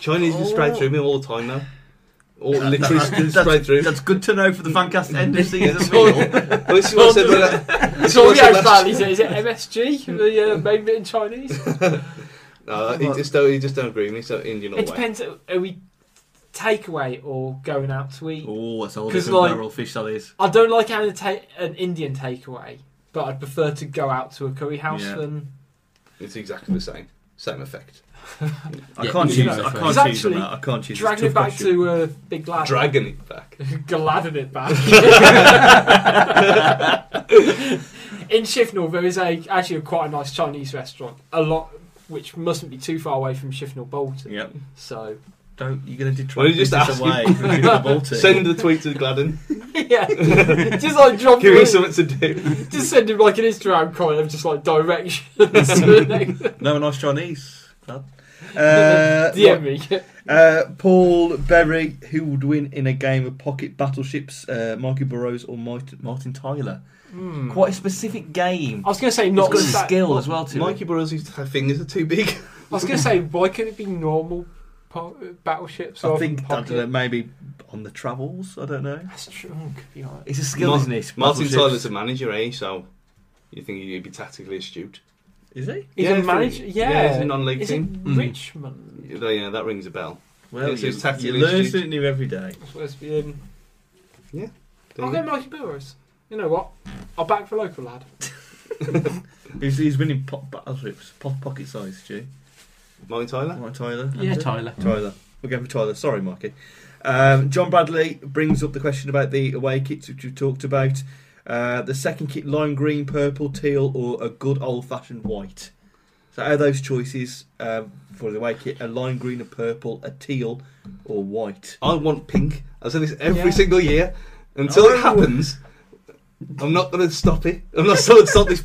C: Chinese was straight
A: Oh.
C: through me all the time now. All literally straight through.
A: That's good to know for the fancast end [LAUGHS] of season.
C: [LAUGHS] Well, this is what I said when I- this is
B: So
C: what I
B: yeah,
C: said
B: it's
C: last- [LAUGHS]
B: like, is it, is it MSG? The uh, main bit in Chinese.
C: No, he just don't. He just don't agree with me. So Indian all
B: It
C: the way.
B: depends. Are we takeaway or going out to eat?
A: oh, that's all
B: 'Cause,
A: this
B: like-
A: barrel fish that is.
B: I don't like having a ta- an Indian takeaway, but I'd prefer to go out to a curry house
A: Yeah.
B: than.
C: It's exactly the same. Same effect.
A: I
D: Yeah,
A: can't
D: you
A: choose.
D: know,
A: I can't
B: Because
A: choose on
B: actually,
A: that. I can't choose. It's a
B: Dragging it
A: tough
B: back
A: question.
B: to uh, Big Lad. [LAUGHS]
C: Dragging it back.
B: Gladding it
C: [LAUGHS]
B: back. In Shifnal, there is a actually a quite a nice Chinese restaurant. A lot, which mustn't be too far away from Shifnal Bolton.
A: Yep.
B: So [LAUGHS]
A: Don't you're going to detract
C: Well, you just
A: this
C: ask
A: away
C: him.
A: from [LAUGHS] the
C: [LAUGHS]
A: Baltic.
C: Send the tweet
B: [LAUGHS]
C: to Gladden. [LAUGHS]
B: yeah, just like drop
C: Give
B: it
C: me
B: in.
C: something to do.
B: Just send him like an Instagram comment of just like
C: [LAUGHS]
B: directions. [LAUGHS] to the next-
A: No, nice Chinese. [LAUGHS] That- Uh,
B: DM
A: right.
B: me.
A: uh, Paul Berry, who would win in a game of pocket battleships, uh, Marky Burrows or Martin, Martin Tyler?
C: Hmm.
A: Quite a specific game.
B: I was going to say
A: It's
B: not
A: got
B: sa-
A: skill as well too.
C: Mikey Burrows used to have fingers are too big.
B: I was going to say why couldn't it be normal po- battleships?
A: I
B: rather
A: think
B: than
A: I don't know,
B: pocket?
A: maybe on the travels. I don't know.
B: That's true. Oh, could be alright.
A: It's a skill,
C: Mar-
A: isn't it?
C: [LAUGHS] Martin
A: Battleships.
C: Tyler's a manager, eh? So you think he'd be tactically astute?
A: Is he?
B: He's
C: Yeah,
B: a
C: for-
B: manager.
C: yeah,
B: Yeah,
C: he's a non-league
B: Is
C: team.
B: It
D: Mm.
B: Richmond.
C: Yeah, yeah, that rings a bell.
A: Well,
C: Yes,
A: you,
C: he's tactically
A: you learn
C: astute.
A: something new every day.
B: That's what it's been.
C: don't
B: I'll
C: you?
B: go Mikey Burrows. You know what? I'll back the local lad.
A: He's, he's winning pop battleships, pop pocket size, Stu.
C: Martin Tyler?
A: Right, Tyler.
D: Yeah, Tyler.
A: Tyler. We're going for Tyler. Sorry, Mikey. Um, John Bradley brings up the question about the away kits, which we talked about. Uh, the second kit, lime green, purple, teal, or a good old fashioned white. So, out of those choices um, for the away kit, a lime green, a purple, a teal, or white.
C: I want pink. I say this every
B: Yeah.
C: single year. Until
A: Oh.
C: it happens, I'm not going to stop it. I'm not going to stop this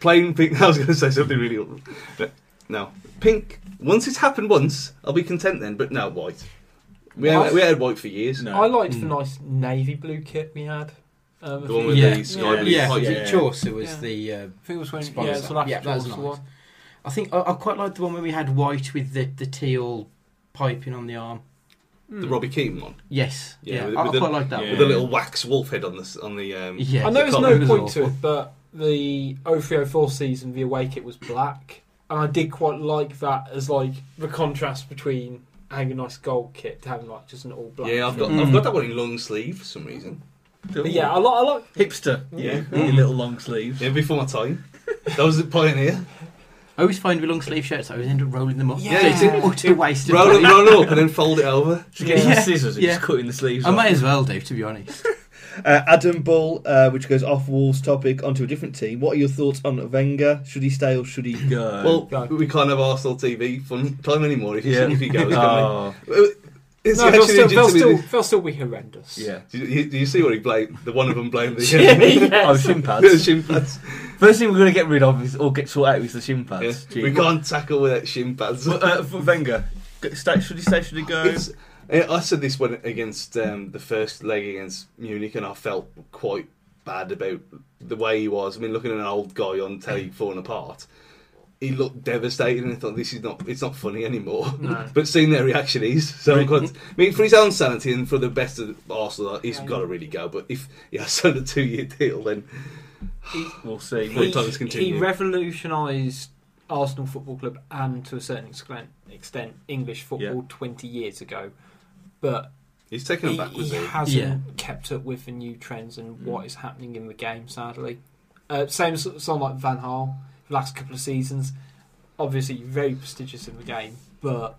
C: plain pink. [LAUGHS] I was going to say something really. awful. But No. Pink. Once it's happened once, I'll be content then. But no, white. We had, we had white for years.
A: No.
B: I liked the
D: Mm.
B: nice navy blue kit we had. Um,
C: The
B: I
C: one
B: think-
C: with
D: Yeah.
C: the sky
A: Yeah.
C: blue
D: Yeah,
C: pipe.
A: yeah,
D: yeah,
A: yeah.
D: Chaucer was
B: Yeah.
D: the. Uh,
B: I think it was when
D: Sponsor.
B: yeah, it was the last
D: Yeah, that was
B: Chaucer
D: nice.
B: one.
D: I think I, I quite liked the one when we had white with the, the teal piping on the arm.
C: The
B: Hmm.
C: Robbie Keane one.
D: Yes,
C: Yeah,
D: yeah,
C: with-
D: I,
C: with
D: I
C: the-
D: quite like that
A: yeah.
C: With a
D: one.
C: little wax wolf head on the, s- on the um,
D: Yeah,
B: I know
C: the
B: there's
C: colour
B: no
D: was
B: point
D: awful.
B: to it, but the 0304 season, the away kit was black, and I did quite like that as like the contrast between having a nice gold kit to having like just an all black.
C: Yeah, I've got
D: Mm.
C: I've got that one in long sleeve for some reason.
B: But yeah, I like. I like
A: Hipster.
C: Yeah.
A: With your little long sleeves.
C: Yeah, before my time. That was the pioneer.
D: I always find with long sleeve shirts, I always end up rolling them up.
B: Yeah,
D: so it's
B: you
D: an
B: do.
D: utter waste of
C: Roll it,
D: money.
C: roll it up and then fold it over.
A: Just get some
D: Yeah.
A: scissors and
D: Yeah.
A: just cutting the sleeves
D: I
A: off.
D: might as well do, to be honest.
A: Uh, Adam Bull, uh, which goes off Wolves topic onto a different team. What are your thoughts on Wenger? Should he stay or should he go?
B: Uh,
C: Well, we can't have Arsenal TV fun time anymore
A: [LAUGHS]
C: if,
A: Yeah.
C: if he goes. can
A: Oh.
C: we? It's
B: No, they'll
C: actually
B: still, they'll, still,
C: legitimately-
B: they'll still be horrendous.
A: Yeah.
C: Do you, do you see what he blamed? The one of
B: [LAUGHS]
C: them
A: [LAUGHS]
C: blamed the [LAUGHS]
A: Oh,
B: yes.
A: shin
C: the
A: pads.
C: shin pads.
A: First thing we're going to get rid of is, or get sorted out is the shin pads.
C: Yeah. We
A: Gee.
C: can't tackle without shin pads.
A: Well, uh, for Wenger, Go- stay, should he stay? Should he go?
C: It's- I I said this when against um, the first leg against Munich, and I felt quite bad about the way he was. I mean, looking at an old guy on telly
B: [LAUGHS]
C: falling apart, he looked devastated, and I thought this is not it's not funny anymore.
B: [LAUGHS] No.
C: but seeing their reaction is so. I'm quite- I mean, for his own sanity and for the best of Arsenal, he's
B: Yeah.
C: got to really go. But if he has [LAUGHS] signed a two-year deal, then
A: we'll see.
C: Well, Thomas, continue.
B: he revolutionised Arsenal Football Club and, to a certain extent, extent English football 20 years ago. But
C: he's taken
B: he,
C: him backwards.
B: he
C: He,
B: hasn't
D: Yeah.
B: kept up with the new trends and
A: Mm.
B: what is happening in the game, sadly. Uh, same as someone like Van Gaal, the last couple of seasons. Obviously, very prestigious in the game, but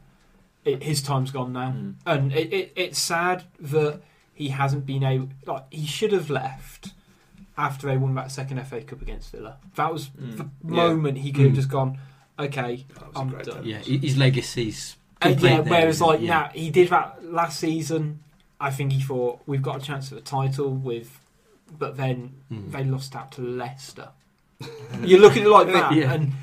B: it, his time's gone now.
A: Mm.
B: And it, it, it's sad that he hasn't been able. Like he should have left after they won that second FA Cup against Villa. That was
A: Mm.
B: the
C: Yeah.
B: moment he could have
D: Mm.
B: just gone. Okay,
C: That was a
B: I'm
C: great
B: done.
C: time.
D: Yeah, hi- his legacy's.
B: and
D: complete
B: Uh, yeah,
D: there,
B: whereas
D: isn't it?
B: like
D: Yeah.
B: now he did that last season. I think he thought we've got a chance at a title with, but then
D: Mm.
B: they lost out to Leicester. You're looking at it like that,
D: Yeah.
B: and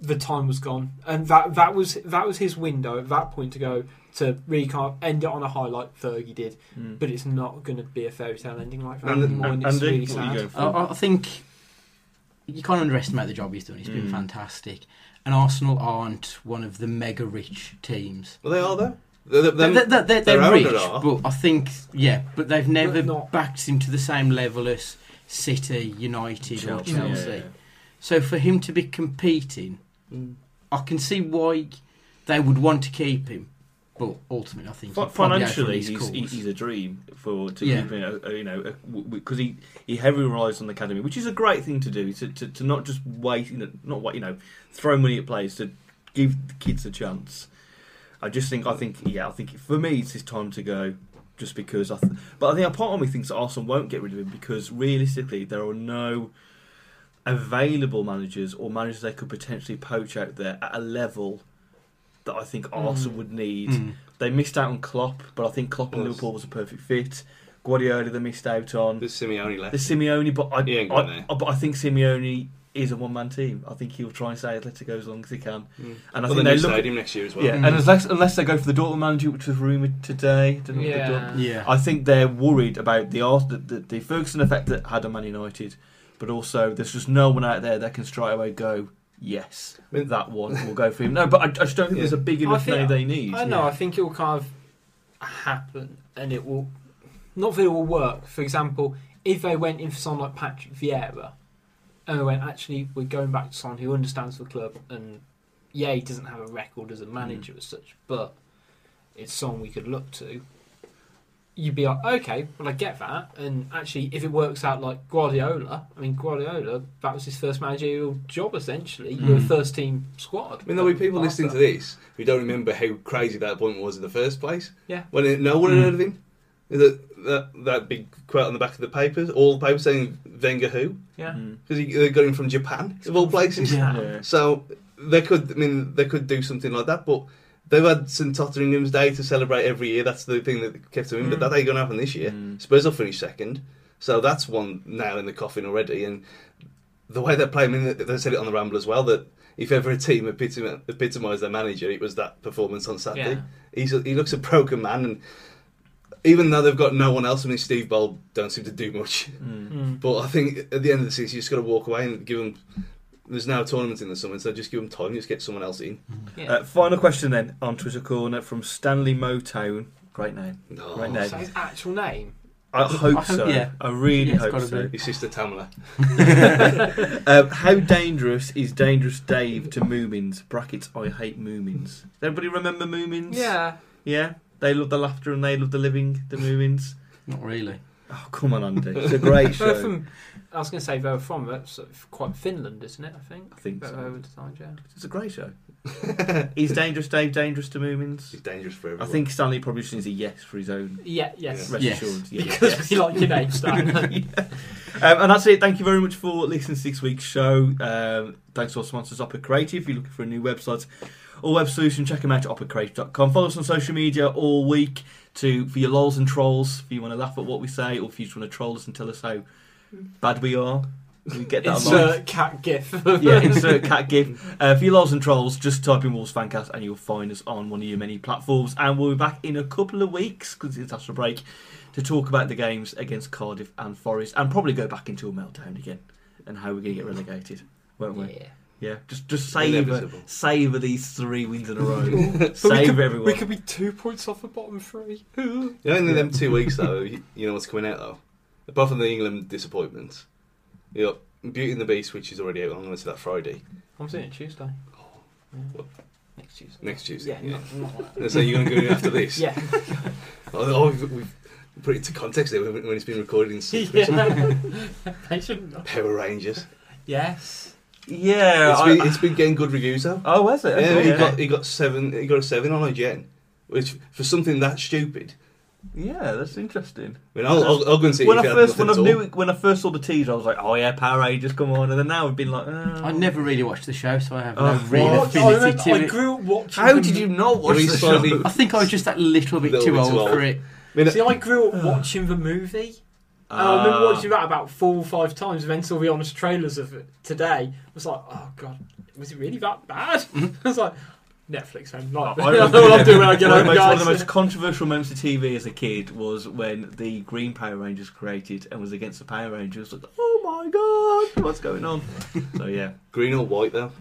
B: the time was gone, and that that was that was his window at that point to go to really kind of end it on a high like Fergie did.
A: Mm.
B: But it's not going to be a fairy tale ending like that
C: And-
B: anymore, and, it's
A: Andy,
B: really
A: what are you
B: sad. Oh,
A: going for?
D: I, I- I think you can't underestimate the job he's done. He's been
A: Mm.
D: fantastic. And Arsenal aren't one of the mega rich teams.
C: well, they are though. They're, they're,
D: They- they- they-
C: their
D: they're
C: own
D: rich,
C: are.
D: but I think yeah, but they've never
B: But not-
D: backed him to the same level as City, United, or
A: Chelsea.
D: Chelsea.
A: Yeah, yeah,
D: So for him to be competing,
C: Mm.
D: I can see why they would want to keep him. But ultimately, I
A: yeah.
D: think
A: Fi
D: he'd probably out
A: Financially,
D: for his
A: he's, he-
D: cause.
A: he's a dream for to
D: Yeah.
A: keep you know, uh, you know because he he heavily relies on the academy, which is a great thing to do to, to, to not just wait you know, not wait you know throw money at players to give the kids a chance. I just think I think yeah I think for me it's his time to go just because I th- but I think a part of me thinks that Arsenal won't get rid of him because realistically there are no available managers or managers they could potentially poach out there at a level that I think Arsenal
B: Mm.
A: would need.
D: Mm.
A: They missed out on Klopp, but I think Klopp and
C: Yes.
A: Liverpool was a perfect fit. Guardiola they missed out on.
C: There's Simeone left.
A: The Simeone, but I,
C: He ain't going
A: I, I- but I think Simeone is a one-man team. I think he'll try and stay at Atletico as long as he can.
C: Mm.
A: And I
C: Well,
A: think
C: the
A: they
C: new
A: look.
C: stadium next year as well.
A: Yeah,
D: Mm.
A: and unless unless they go for the Dortmund manager, which was rumoured today, didn't they, the
B: Yeah.
A: Dortmund-
D: yeah.
A: I think they're worried about the, Ars- the, the the Ferguson effect that had on Man United, but also there's just no one out there that can straight away go. Yes,
C: I mean-
A: that one will go for him. No, but I, I just don't think
C: Yeah.
A: there's a big
B: I
A: enough
B: think-
A: name they need. Mm.
B: I know.
D: yeah.
B: I think it will kind of happen, and it will not that it will work. For example, if they went in for someone like Patrick Vieira, and they went actually we're going back to someone who understands the club, and yeah, he doesn't have a record as a manager
A: Mm.
B: as such, but it's someone we could look to. You'd be like, okay, well, I get that, and actually, if it works out like Guardiola, I mean, Guardiola, that was his first managerial job essentially. You were
D: Mm.
B: first team squad.
C: I mean, there'll be people
B: After-
C: listening to this who don't remember how crazy that appointment was in the first place.
B: Yeah.
C: When it, no one had
D: Mm.
C: heard of him. That, that, that big quote on the back of the papers, all the papers saying Wenger who?
B: Yeah.
A: Mm.
C: Because he they got him from Japan, of all places.
D: Yeah.
A: Yeah.
C: So they could, I mean, they could do something like that, but they've had St Totteringham's Day to celebrate every year. That's the thing that kept them in, but
B: Mm.
C: that ain't going to happen this year.
A: Mm.
C: Spurs will finish second, so that's one now in the coffin already. And the way they're playing, I mean, they said it on the Ramble as well that if ever a team epitome- epitomised their manager, it was that performance on Saturday.
B: Yeah.
C: He's a, he looks a broken man, and even though they've got no one else, I mean, Steve Bold don't seem to do much.
A: Mm.
B: Mm.
C: But I think at the end of the season, you just got to walk away and give them. There's now a tournament in the summer, so just give them time. Just get someone else in.
B: Yeah.
A: Uh, final question then on Twitter corner from Stanley Motown. Great name.
C: No,
A: Right now.
B: So his actual name.
A: I hope
D: I hope-
A: so.
D: yeah.
A: I really
D: Yeah, it's
A: hope
D: gotta
A: so.
C: his
A: [LAUGHS]
C: sister Tamala.
A: Um, how dangerous is Dangerous Dave to Moomins? Brackets. I hate Moomins. Does everybody remember Moomins?
B: Yeah.
A: Yeah. They love the laughter and they love the living. The Moomins.
D: Not really.
A: Oh come on, Andy. It's a
B: [LAUGHS]
D: [LAUGHS]
A: great
B: They're
A: show.
B: from, I was going to say they were from that's sort of quite Finland, isn't it? I think.
A: I think
B: But they
A: so.
B: were designed, yeah.
A: It's a great show. is Dangerous Dave dangerous to Moomins?
C: She's dangerous for
A: I
C: everyone.
A: think Stanley probably should a yes for his own.
B: Yeah. Yes.
A: Rest
D: Yes.
A: assured. Yeah,
B: [LAUGHS] Because
A: yes.
B: we like your
A: [LAUGHS]
B: name, Stan.
A: Um, and that's it. Thank you very much for listening to this week's show. Um, thanks to our sponsors, Opera Creative. If you're looking for a new website or web solution, check them out at opacrave.com. Follow us on social media all week to for your lols and trolls, if you want to laugh at what we say, or if you just want to troll us and tell us how bad we are. We get that a lot.
B: Insert cat gif.
A: [LAUGHS] yeah, insert cat
B: [LAUGHS]
A: gif. Uh, for your lols and trolls, just type in Wolves Fancast and you'll find us on one of your many platforms. And we'll be back in a couple of weeks, because it's after a break, to talk about the games against Cardiff and Forest and probably go back into a meltdown again and how we're going to get relegated, won't we?
D: Yeah.
A: Yeah, just just savor
C: Inevitable.
A: savor these three wins in a row.
B: But we
A: savor
B: could,
A: everyone.
B: we could be two points off the bottom three.
C: You know, in them two weeks though, you, you know what's coming out though. Apart from the England disappointment, you got Beauty and the Beast, which is already out. I'm going to see that Friday
B: I'm seeing it Tuesday.
C: What?
B: Next Tuesday.
C: next Tuesday.
B: Yeah,
C: So you're going to go in
A: [LAUGHS]
C: after this?
B: yeah.
C: Oh, oh, we've, we've put it into context there when when it's been
A: [LAUGHS]
C: recorded
B: [LAUGHS]
C: in secret.
B: they shouldn't. know.
C: Power Rangers.
B: Yes.
A: yeah.
C: It's
A: I-
C: been, it's been getting good reviews though.
A: oh, was it?
C: Yeah,
A: Okay,
C: he
A: yeah.
C: got he got seven he got a seven on IGN, which for something that stupid.
A: Yeah, that's interesting.
C: I mean, I'll, I'll, I'll go and see
A: When I
C: if it had
A: first when I
C: nothing at all.
A: knew when I first saw the teaser, I was like, oh yeah, Power Rangers, come on. And then now I've been like, oh.
D: I never really watched the show, so I have
A: Oh,
D: no real
A: what?
B: Oh, I, remember,
D: affinity
B: I
D: to it.
B: grew up watching.
A: How
B: them-
A: did you not watch
C: Well, he's
A: the [LAUGHS]
C: slightly-
A: show?
D: I think I was just that little bit,
C: Little
D: too,
C: bit
D: old
C: too old.
D: for it.
C: I mean,
B: See, I grew up watching the movie. And I remember
A: Uh,
B: watching that about four or five times. And then saw the honest trailers of it today. I was like, oh god, was it really that bad? [LAUGHS] I was like, Netflix, man. [LAUGHS] Like, I don't know what I'm
A: [LAUGHS]
B: doing when I get
A: Mm-hmm. One of the
B: home,
A: most- One of the
B: guys.
A: most controversial moments of TV as a kid was when the Green Power Rangers created and was against the Power Rangers. Like, oh my god, what's going
C: [LAUGHS]
A: on? so yeah,
C: green or white though.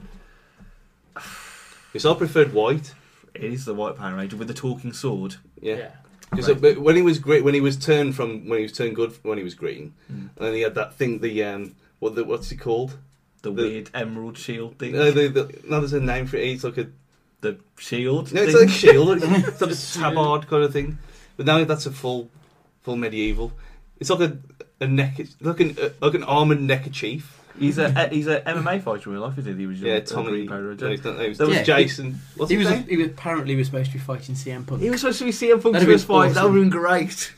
C: Because I preferred white.
A: it is the White Power Ranger with the talking sword.
C: Yeah.
B: [LAUGHS] yeah.
C: 'Cause,
A: Right.
C: but when he was great, when he was turned from when he was turned good when he was green,
A: Mm.
C: and then he had that thing the um what the, what's it called?
A: The,
C: The-
A: weird emerald shield thing.
C: No, the, the, no, there's a name for it. It's like a
A: the shield.
C: no, it's
A: thing.
C: like a [LAUGHS] shield, it's like a tabard kind of thing. But now that's a full full medieval. It's like a a neck, it's like an uh, like an armored neckerchief.
A: He's a he's a MMA fighter in real life, isn't he? The original
C: Yeah,
A: uh, Green
C: Tommy. No,
A: Power
C: he's
A: Ranger.
C: not, no, it was,
A: There
C: that was
D: was-
C: Jason. What's
D: He
C: his
D: was,
C: name?
D: he was apparently was supposed to be fighting CM Punk.
A: He was supposed to be CM Punk's
D: That'd be
A: first fight. That
D: awesome.
A: would have been [LAUGHS] great.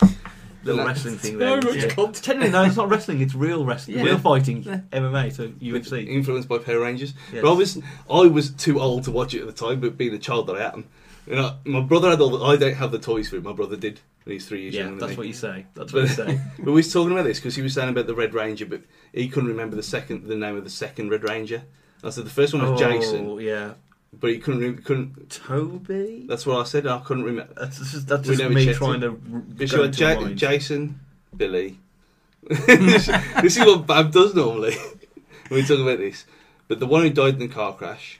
A: Little
C: That-
A: wrestling thing
B: No
A: there.
B: much
A: Yeah.
B: content.
A: Technically, no, it's not wrestling. It's real wrestling,
D: Yeah.
A: real fighting,
D: Yeah.
A: MMA, so UFC.
C: Influenced by Power Rangers.
A: Yes.
C: But I was I was too old to watch it at the time. But being a child that I am, you know, my brother had all. The, I don't have the toys for it. My brother did. And he's three years
A: yeah,
C: younger than
A: that's
C: me.
A: what you say. That's what you say.
C: But we was talking about this because he was saying about the Red Ranger, but he couldn't remember the second the name of the second Red Ranger. I said the first one was Jason,
A: Oh, yeah.
C: but he couldn't re- couldn't.
A: Toby.
C: That's what I said. and I couldn't remember.
A: That's just, that's
C: We
A: just
C: never
A: me
C: checked
A: trying
C: it.
A: to. r-
C: But she
A: go
C: went,
A: into my
C: Ja-
A: mind.
C: Jason, Billy. [LAUGHS] this is what Bab does normally [LAUGHS] when we talk about this. But the one who died in the car crash,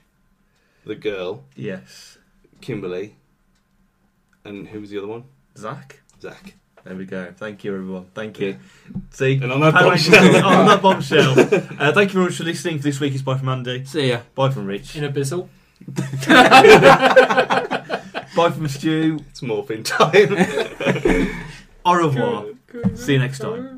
C: the girl,
A: yes,
C: Kimberly, and who was the other one?
A: Zach.
C: Zach.
A: There we go. Thank you, everyone. Thank you. See,
C: And on that
A: Power Rangers- [LAUGHS]
C: bombshell.
A: on that bombshell. Uh, thank you very much for listening to this week. It's bye from Andy.
D: See ya.
A: Bye from Rich.
B: In Abyssal.
A: Bye from Stu.
C: It's morphine [LAUGHS] time.
A: Au revoir. See you next time.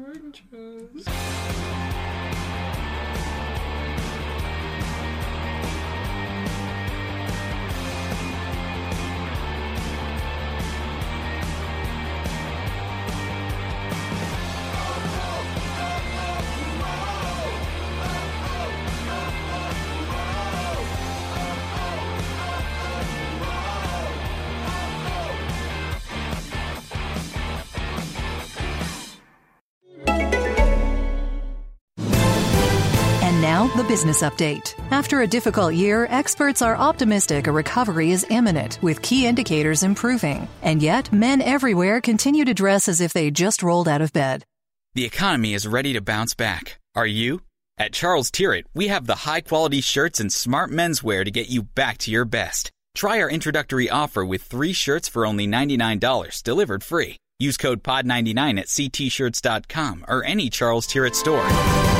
E: And now, the business update. After a difficult year, experts are optimistic a recovery is imminent, with key indicators improving. And yet, men everywhere continue to dress as if they just rolled out of bed.
F: The economy is ready to bounce back. Are you? At Charles Tirrett, we have the high quality shirts and smart menswear to get you back to your best. Try our introductory offer with three shirts for only $99 delivered free. Use code POD99 at ctshirts.com or any Charles Tirrett store.